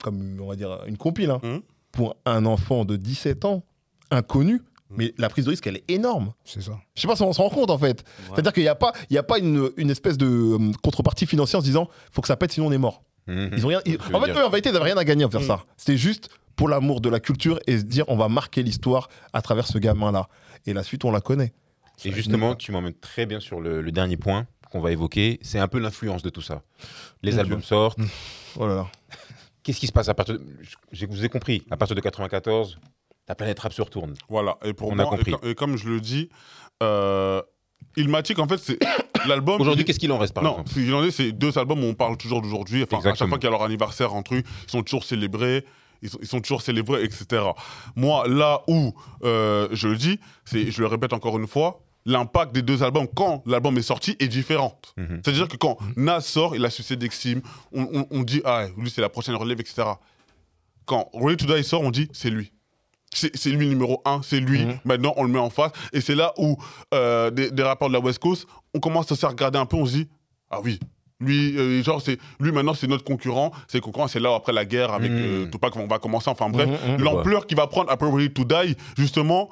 comme on va dire une compile hein,
Mm.
Mhm.
pour un enfant de 17 ans inconnu
Mm.
Mhm.
mais la prise de risque elle est énorme
C'est ça.
je sais pas si on se rend compte en fait. C'est-à-dire qu'il n'y a pas, il y a pas une, une espèce de euh, contrepartie financière en se disant faut que ça pète sinon on est mort.
Mhm.
Ils ont rien, ils-
Je veux
en fait,
dire-
eux en vérité, ils n'avaient rien à gagner à faire
Mm.
ça. C'était juste pour l'amour de la culture et se dire on va marquer l'histoire à travers ce gamin-là. Et la suite, on la connaît.
Et justement, tu m'emmènes très bien sur le, le dernier point qu'on va évoquer. C'est un peu l'influence de tout ça. Les
Mon
albums sortent.
Oh là là.
Qu'est-ce qui se passe à partir de... Je vous ai compris. À partir de 94, la planète rap se retourne.
Voilà. Et pour
On a
moi, et
compris.
com- et comme je le dis, euh, Ilmatic, en fait, c'est <coughs> l'album.
Aujourd'hui,
il-
qu'est-ce qu'il en reste par
non,
exemple
ce qu'il en est, c'est deux albums où on parle toujours d'aujourd'hui. Enfin, à chaque
Exactement.
fois qu'il y a leur anniversaire entre eux, ils sont toujours célébrés. Ils sont, ils sont toujours célébrés, etc. Moi, là où euh, je le dis, c'est, je le répète encore une fois, l'impact des deux albums, quand l'album est sorti, est différent.
Mhm.
C'est-à-dire que quand Nas sort, il a sucé Dexim, on, on- on dit, ah, lui, c'est la prochaine relève, etc. Quand Ready to Die sort, on dit, c'est lui. C'est c'est lui numéro un, c'est lui.
Mhm.
Maintenant, on le met en face. Et c'est là où euh, des, des rappeurs de la West Coast, on commence à se regarder un peu, on se dit, ah oui. Lui, euh, genre, c'est lui maintenant, c'est notre concurrent. C'est le concurrent, c'est là où, après la guerre avec
Mhm.
euh, Tupac, on va commencer. Enfin bref,
Mhm, mhm.
l'ampleur qu'il va prendre après Ready to Die, justement,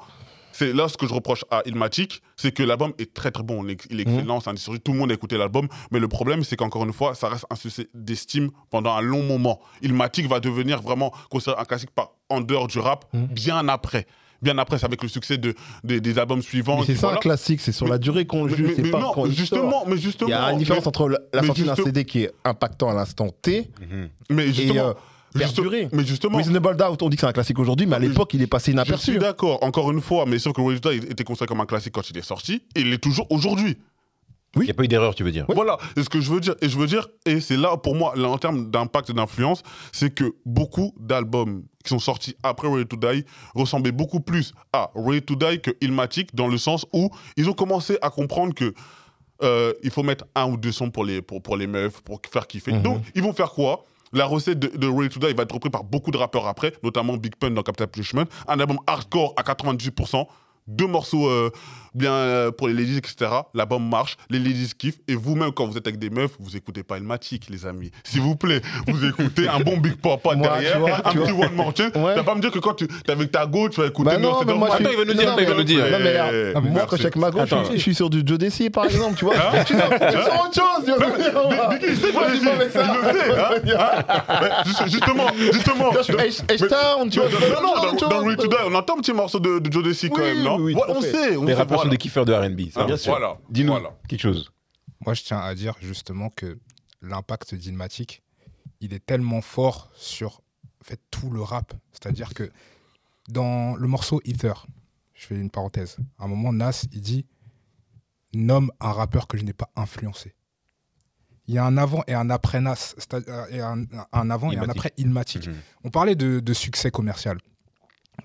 c'est là ce que je reproche à Ilmatic, c'est que l'album est très très bon. Il est, il
Mhm.
est excellent, c'est un disque sur- tout le monde a écouté l'album. Mais le problème, c'est qu'encore une fois, ça reste un succès d'estime pendant un long moment. Ilmatic va devenir vraiment considéré un classique par, en dehors du rap,
Mhm.
bien après. Bien après, c'est avec le succès de, des- des albums suivants.
Mais c'est
qui-
ça un
voilà.
classique, c'est sur
Mais-
la durée qu'on le
Mais-
juge,
mais-
c'est
mais
pas
non,
quand il sort.
justement, mais justement.
Il y a une différence entre la, la
mais
sortie d'un
juste-
CD qui est impactant à l'instant T
Mhm.
Mais
et
justement,
euh,
juste-
perdurer.
mais justement,
Reasonable Doubt, on dit que c'est un classique aujourd'hui, mais à
Mais je-
l'époque, il est passé
Je suis
inaperçu.
d'accord, encore une fois, mais sauf que le résultat il était considéré comme un classique quand il est sorti, et il l'est toujours aujourd'hui.
Il n'y a pas eu d'erreur, tu veux dire
Voilà, c'est ce que je veux dire. Et je veux dire, et c'est là pour moi, là, en termes d'impact et d'influence, c'est que beaucoup d'albums qui sont sortis après Ready to Die ressemblaient beaucoup plus à Ready to Die que Ilmatic, dans le sens où ils ont commencé à comprendre que euh, il faut mettre un ou deux sons pour les, pour, pour les meufs, pour faire kiffer.
Mhm.
Donc, ils vont faire quoi la recette de, de Ready to Die va être reprise par beaucoup de rappeurs après, notamment Big Pun dans Capital Punishment. Un album hardcore à 98%, deux morceaux euh, bien euh, pour les ladies, etc. L'album marche, les ladies kiffent. Et vous-même, quand vous êtes avec des meufs, vous écoutez pas Elmatic, les amis. S'il vous plaît, vous écoutez un bon Big Papa
<laughs> Moi,
derrière,
tu vois,
un
tu
petit One More Chance.
Ouais.
Tu vas pas me dire que quand tu es avec ta go, tu vas écouter
Bah
non, c'est normal.
je suis- Attends, il va nous dire,
non,
attends, il va
mais-
nous dire.
non, mais là,
Eh,
moi,
merci. Ah,
quand je suis avec ma gauche,
Attends.
je suis- je suis sur du Joe Desi, par exemple, tu vois. Tu sens tu sens autre chose, tu vois.
Il
Moi,
sait quoi,
je suis
il
pas avec ça.
le sait, hein.
hein.
Juste- Justement, justement.
Je suis H- H-Town, tu vois. je fais
Non, non,
autre
dans,
chose.
dans Ready to Die, on entend un petit morceau de, de Joe Desi quand
Oui,
même, non
oui, oui,
Ouais,
tout à
On
fait.
sait, on
Les
sait.
rappeurs
voilà.
sont des kiffeurs de RB. ça,
Ah,
bien sûr.
Voilà.
Dis-nous
Voilà.
quelque chose.
Moi, je tiens à dire justement que l'impact d'Ilmatic, il est tellement fort sur en fait, tout le rap. C'est-à-dire que dans le morceau Ether, je fais une parenthèse, à un moment, Nas, il dit Nomme un rappeur que je n'ai pas influencé. Il y a un avant et un après Nas, c'est-à- euh, et un, un avant et un
Illmatic.
après Ilmatic.
Mhm.
On parlait de, de succès commercial.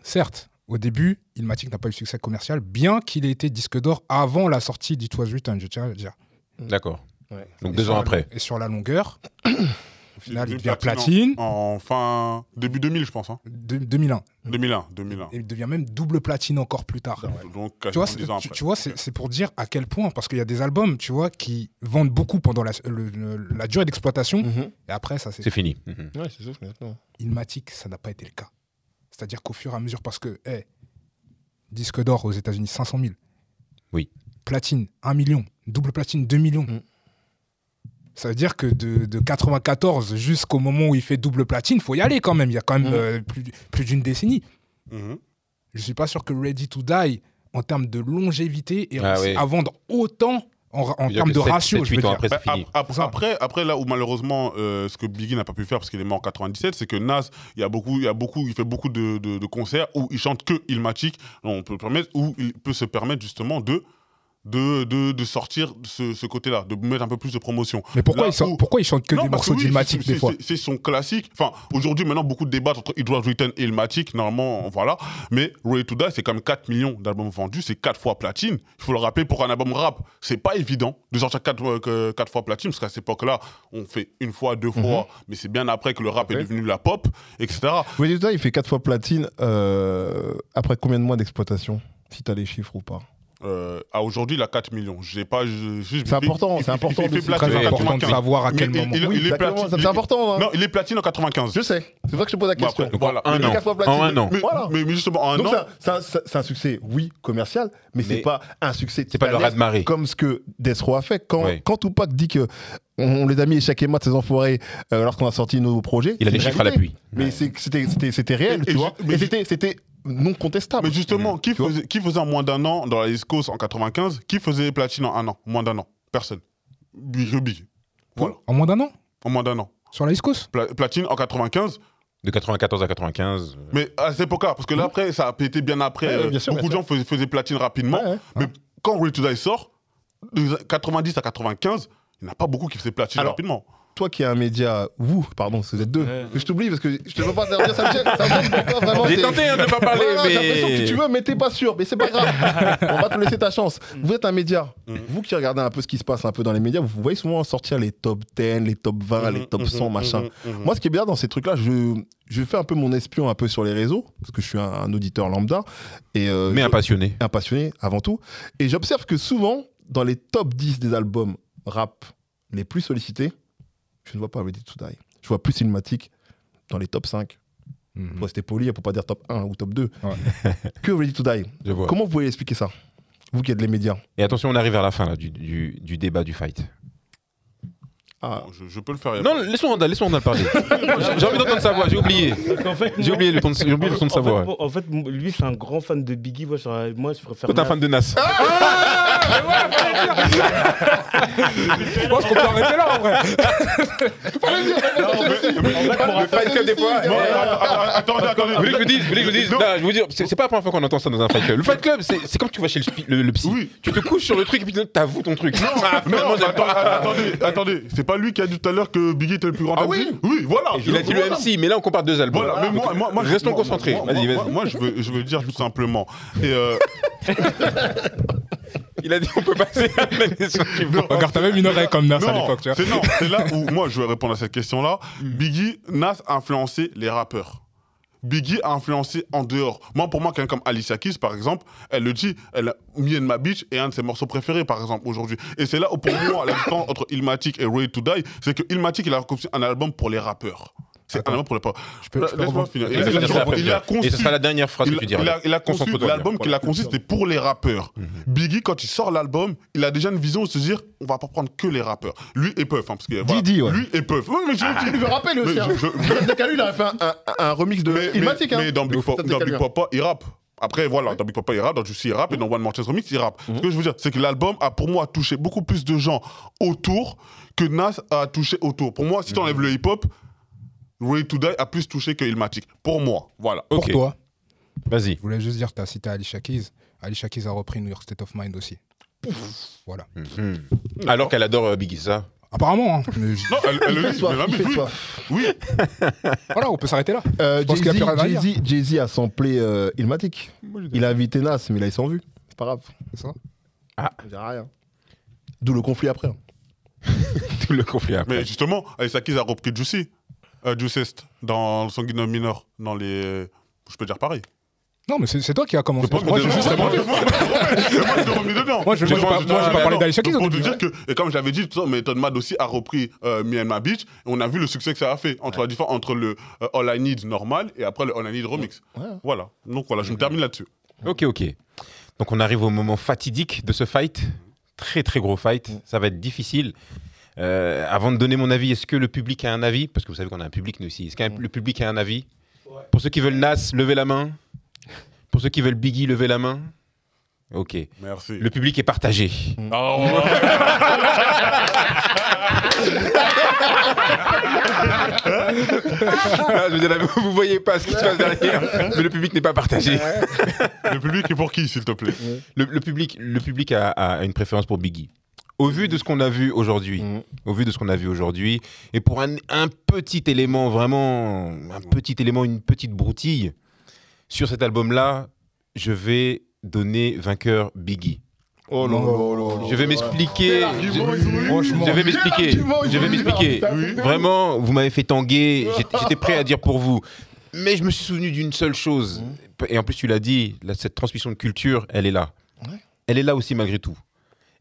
Certes, au début, Ilmatic n'a pas eu de succès commercial, bien qu'il ait été disque d'or avant la sortie d'It Was Written, je tiens à le dire.
D'accord.
Ouais.
Donc
Et
deux
sur
ans
la-
après.
Et sur la longueur, au final,
J'ai
il
vu
devient platine.
Platine En en fin début 2000, je pense. hein.
de- 2001.
2001, 2001.
Et il devient même double platine encore plus tard.
Donc,
Tu vois,
quasiment
c'est-
10 ans
tu,
après.
tu vois, c'est c'est pour dire à quel point, parce qu'il y a des albums, tu vois, qui vendent beaucoup pendant la, le- le- la durée d'exploitation,
Mhm.
et après, ça, c'est
C'est fini. Mhm.
Ouais, c'est ça, exactement.
Ilmatic, ça n'a pas été le cas. C'est-à-dire qu'au fur et à mesure, parce que, hey, disque d'or aux États-Unis, 500 000.
Oui.
Platine, 1 million. Double platine, 2 millions.
Mm.
Ça veut dire que de, de 94 jusqu'au moment où il fait double platine, faut y aller quand même. Il y a quand même
Mm.
euh, plus, plus d'une décennie.
Mhm.
Je suis pas sûr que Ready to Die, en termes de longévité, et
Ah oui.
à vendre autant en, ra- en
C'est-à-dire
termes
que
de
sept-
ratio.
sept,
je veux
huit ans
dire.
après,
Bah,
c'est fini.
ap- ap-
Ça.
après, après, là où malheureusement, euh, ce que Biggie n'a pas pu faire parce qu'il est mort en 97, c'est que Nas, il y a beaucoup, il y a beaucoup, il fait beaucoup de, de- de concerts où il chante que Ilmatic, on peut le permettre, où il peut se permettre justement de de, de, de sortir ce, ce côté-là, de mettre un peu plus de promotion.
Mais pourquoi,
Là
ils sortent-
où-
pourquoi ils chantent que
Non,
des
parce
morceaux
oui,
d'Ilmatic
c'est-
des fois
c'est- C'est son classique. Enfin, aujourd'hui, maintenant, beaucoup de débats entre Edward Written et Ilmatic, normalement, voilà. Mais Ready to Die, c'est quand même 4 millions d'albums vendus, c'est 4 fois platine. Il faut le rappeler pour un album rap. C'est pas évident de sortir 4, fois platine, parce qu'à cette époque-là, on fait une fois, deux
Mhm.
fois, mais c'est bien après que le rap est
Après.
devenu la pop, etc.
Oui, dis-toi, il fait 4 fois platine euh, après combien de mois d'exploitation Si t'as les chiffres ou pas.
Euh, à aujourd'hui, il a 4 millions. J'ai pas. je- je- je-
C'est important,
il-
c'est
il-
important
il fait
de- c'est
platine
Très
en
important de
95.
savoir à
Mais
quel
il-
moment.
il-
oui,
est
exactement,
platine-
ça,
il-
c'est important. hein.
Non, il est platine en 95.
Je sais, c'est pour ça que je te pose la
Bon,
question.
après, voilà.
Un
Il est
an.
quatre fois platine.
En un an.
Mais,
Voilà.
mais, mais justement, en un
Donc
an,
c'est un- c'est un, c'est un- c'est un succès, oui, commercial, mais,
Mais
c'est pas un succès
C'est pas le
titanesque
raz de marée.
comme ce que Death Row a fait. Quand,
Ouais.
quand Tupac dit que on, on les a mis échec et mat ces enfoirés euh, lorsqu'on a sorti nos projets,
Il a
c'est
des
une
chiffres à
réalité.
l'appui.
Mais c'est- c'était- c'était c'était réel,
Et- et
tu vois.
ju- mais
et
ju-
c'était- c'était non
Ah,
contestable.
Mais justement, qui,
Mm. Tu vois
faisait, qui faisait en moins d'un an dans la East Coast en 95 Qui faisait platine en un an Moins d'un an Personne. Big Ruby. Voilà.
En moins d'un an
En moins d'un an.
Sur la East Coast
Pla- platine en 95.
De 94 à 95. euh,
Mais à cette époque-là, parce que là, après, ça a pété bien après.
Ouais,
euh,
bien sûr,
beaucoup de
bien
gens faisaient, faisaient platine rapidement.
Ouais, ouais.
Mais quand Real to Die sort, de 90 à 95, il n'y en a pas beaucoup qui faisaient platine
Alors,
rapidement.
Toi qui es un média, vous, pardon, vous êtes deux.
Ouais.
Je t'oublie parce que je te veux pas servir, ça me gêne, ça me gêne pour toi, vraiment.
J'ai
Ah, c'est-
tenté hein, de ne pas parler,
Voilà, j'ai l'impression
mais.
que tu veux, mais t'es pas sûr. Mais c'est pas grave. On
<laughs>
va te laisser ta chance. Vous êtes un média.
Mm.
Vous qui regardez un peu ce qui se passe un peu dans les médias, vous voyez souvent sortir les top 10, les top
Mm-hmm.
20, les top 100, machin. Moi, ce qui est bien dans ces trucs-là, je, je fais un peu mon espion un peu sur les réseaux, parce que je suis un, un auditeur lambda. Et, euh,
Mais
je-
un passionné.
un passionné avant tout. Et j'observe que souvent, dans les top 10 des albums rap les plus sollicités, je ne vois pas Ready to Die. Je vois plus Cinematic dans les top 5.
Mhm.
Mm.
Pour rester poli, pour pas dire top 1 ou top 2.
Ouais.
<laughs> que Ready to Die.
Je vois.
Comment vous pouvez expliquer ça Vous qui êtes les médias.
Et attention, on arrive vers la fin là, du, du- du débat du fight.
Ah,
Je, je peux le faire.
Euh, Non, <laughs> laissons Randall, laissons Randall
<laughs>
parler. J'ai- J'ai envie d'entendre sa voix, j'ai oublié.
Parce qu'en fait,
J'ai
moi-
oublié le son de, j'ai oublié le son de sa
en fait,
voix.
pour- en fait, m- lui, c'est un grand fan de Biggie. Moi, je, serais- moi, je préfère.
Toi, t'es un fan de Nas.
Ah,
Je pense qu'on peut arrêter là en vrai.
Le fight club des fois.
Bon, attends, attends, attends.
Vous voulez que je vous dise, vous voulez que je vous dise,
Non.
Non, je vous dis, c'est c'est pas la première fois qu'on entend ça dans un fight club. Le fight club, c'est c'est comme tu vas chez le, spi- le- le psy.
Oui.
Tu te couches sur le truc et puis t'avoues ton truc. Non,
Non, mais attends, attendez, attendez, c'est pas lui qui a dit tout à l'heure que Biggie était le plus grand
Ah
MC
oui
Oui, voilà.
Il a dit le
Voilà.
MC, mais là on compare deux albums.
Voilà, mais
Donc,
moi, moi, moi, je-
restons
moi-
concentrés.
moi-
Vas-y,
moi-
vas-y.
Moi, je veux, je veux dire tout simplement. Et euh,
Il a dit on peut passer à la question suivante.
<laughs> Regarde, t'as même une oreille comme Nas à
non,
l'époque, tu vois. Mm.
c'est non, c'est là
<laughs>
où moi je vais répondre à cette question-là. Biggie, Nas a influencé les rappeurs. Biggie a influencé en dehors. Moi, pour moi, quelqu'un comme Alicia Keys, par exemple, elle le dit, elle a Me and Ma Bitch est un de ses morceaux préférés, par exemple, aujourd'hui. Et c'est là où, pour moi, la différence entre Illmatic et Ready to Die, c'est que Illmatic, il a conçu un album pour les rappeurs. C'est
Attends.
un album pour les rappeurs.
Je peux- je peux
Laisse-moi
rebondir.
finir.
Et ça,
Il a-
ça sera après,
il a
tu vois. Et ce
conçu
sera la dernière phrase
il,
que tu
il
diras.
a, il a conçu
Concentre-toi
l'album
bien. Mhm.
qu'il a conçu, c'était pour les rappeurs. Biggie, quand il sort l'album, il a déjà une vision de se dire on va pas prendre que les rappeurs. Lui et Puff. hein, parce que, voilà.
Didi, ouais.
Lui et Puff. Oui, mais je le dis.
Je me rappelle
Mais
aussi. hein.
je-
<laughs>
je-
Pierre Descalus, il a fait un, un- un remix de
Mais, mais-
Illmatic. hein.
mais dans, Big
Donc,
Pop-
ça,
dans
Descalus,
Big
hein.
Papa, il rappe. Après, voilà, dans Big Papa, il rappe, dans Juicy, il rappe, et dans One More Chance Remix, il
Mhm.
rappe. Ce que je veux dire, c'est que l'album a pour moi touché beaucoup plus de gens autour que Nas a touché autour. Pour
Mhm.
moi, si tu enlèves le hip-hop, Ready to Die a plus touché que Illmatic. Pour moi, voilà.
Pour
Ok.
toi,
Vas-y.
je voulais juste dire, t'as cité Alicia Keys. Alicia Keys a repris New York State of Mind aussi. Voilà.
Hmm. Alors qu'elle adore euh, Biggie, ça. <laughs>
Apparemment, hein. Mais <laughs> je-
Non,
<laughs>
elle, elle
Il
le
fait
dit,
soif,
mais la
il
même-
fait
oui,
soif.
oui,
voilà, on peut s'arrêter là.
Euh,
Je pense qu'il y a plus rien à
Jay-Z
dire.
Jay-Z- Jay-Z a samplé euh, Illmatic. Il a invité Nas, mais là, ils sont vus. C'est pas grave.
C'est ça
On dira rien. D'où le conflit après. hein.
Tout le conflit après.
Mais justement, Alicia Keys a repris Juicy, euh, Juicest, dans le son Guinée mineur, dans les... Je peux dire pareil.
Non, mais c'est c'est toi qui a commencé.
pense qu'on
Moi, je
devrait-
vais juste
moi,
répondre.
moi, moi, je te remets
Moi,
dedans.
je- moi,
te
j'ai pas-
remets dedans.
moi, j'ai pas
Ah,
parlé
non.
d'Alicia Keys, euh.
Donc, Pour
au
te
début,
dire que, et comme j'avais dit, tout ça, mais Todd Mad aussi a repris euh, Me and My Beach, et on a vu le succès que ça a fait entre la différence entre le euh, All I Need normal et après le All I Need remix.
Ouais.
Voilà. Donc voilà, je me termine là-dessus.
Ok, ok. Donc on arrive au moment fatidique de ce fight. Très, très gros fight. Ça va être difficile. Euh, avant de donner mon avis, est-ce que le public a un avis Parce que vous savez qu'on a un public, nous aussi. Est-ce que le public a un avis Pour ceux qui veulent Nas, levez la main. Pour ceux qui veulent Biggie, levez la main. Ok.
Merci.
Le public est partagé. Ah, je veux dire, là, vous ne voyez pas ce qui se passe derrière, mais le public n'est pas partagé.
Le public est pour qui, s'il te plaît
Le, le public, le public a, a une préférence pour Biggie. Au vu de ce qu'on a vu aujourd'hui,
Mhm.
au vu de ce qu'on a vu aujourd'hui, et pour un, un petit élément, vraiment un petit élément, une petite broutille sur cet album-là, je vais donner vainqueur Biggie.
Oh là là là là.
Je vais m'expliquer. je-
Franchement,
Je vais m'expliquer. Je vais m'expliquer. Vraiment, vous m'avez fait tanguer. J'étais- J'étais prêt à dire pour vous. Mais je me suis souvenu d'une seule chose. Et en plus, tu l'as dit, là, cette transmission de culture, elle est là.
Ouais.
Elle est là aussi malgré tout.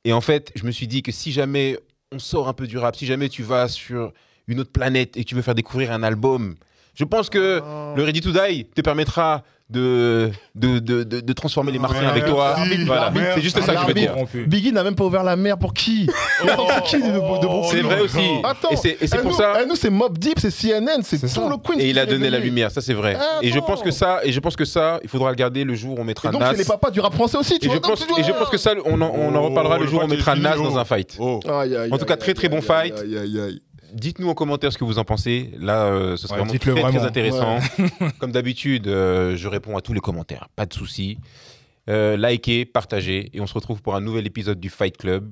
Et en fait, je me suis dit que si jamais on sort un peu du rap, si jamais tu vas sur une autre planète et que tu veux faire découvrir un album, je pense que le Ready to Die te permettra de, de, de, de- de transformer les Martiens avec toi.
Merci.
Voilà.
Merci.
C'est juste ça que je veux dire.
corrompu.
Biggie n'a même pas ouvert la mer pour qui Il a sorti qui de, de bon
C'est
film
vrai aussi.
Attends,
Et c'est- et c'est
Oh. Eh,
pour
nous-
ça.
eh, nous, c'est Mob Deep, c'est CNN, c'est
C'est
tout
ça.
le Queen.
Et
qui
il a
s'est
donné la
révélé.
lumière, ça c'est vrai.
Ah
et je
non.
pense que ça, et je pense que ça, il faudra le garder le jour où on mettra
Et donc,
Nas.
c'est les papas du rap français aussi, tu
Et je
vois.
pense, et je pense que ça, on en, on en
Oh,
reparlera le
le
jour où on
fight est
mettra
fini,
Nas
oh.
dans un fight.
Oh.
En tout cas, très, très bon fight. Dites-nous en commentaire ce que vous en pensez. Là, euh, ce serait
Ouais,
vraiment très,
dites-le
très intéressant.
vraiment.
<laughs> Comme d'habitude, euh, je réponds à tous les commentaires, pas de souci. Euh, likez, partagez, et on se retrouve pour un nouvel épisode du Fight Club,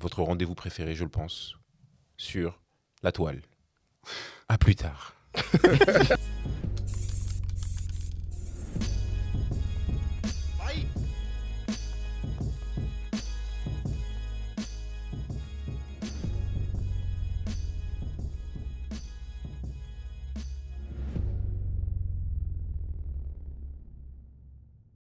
votre rendez-vous préféré, je le pense, sur la toile. À plus tard.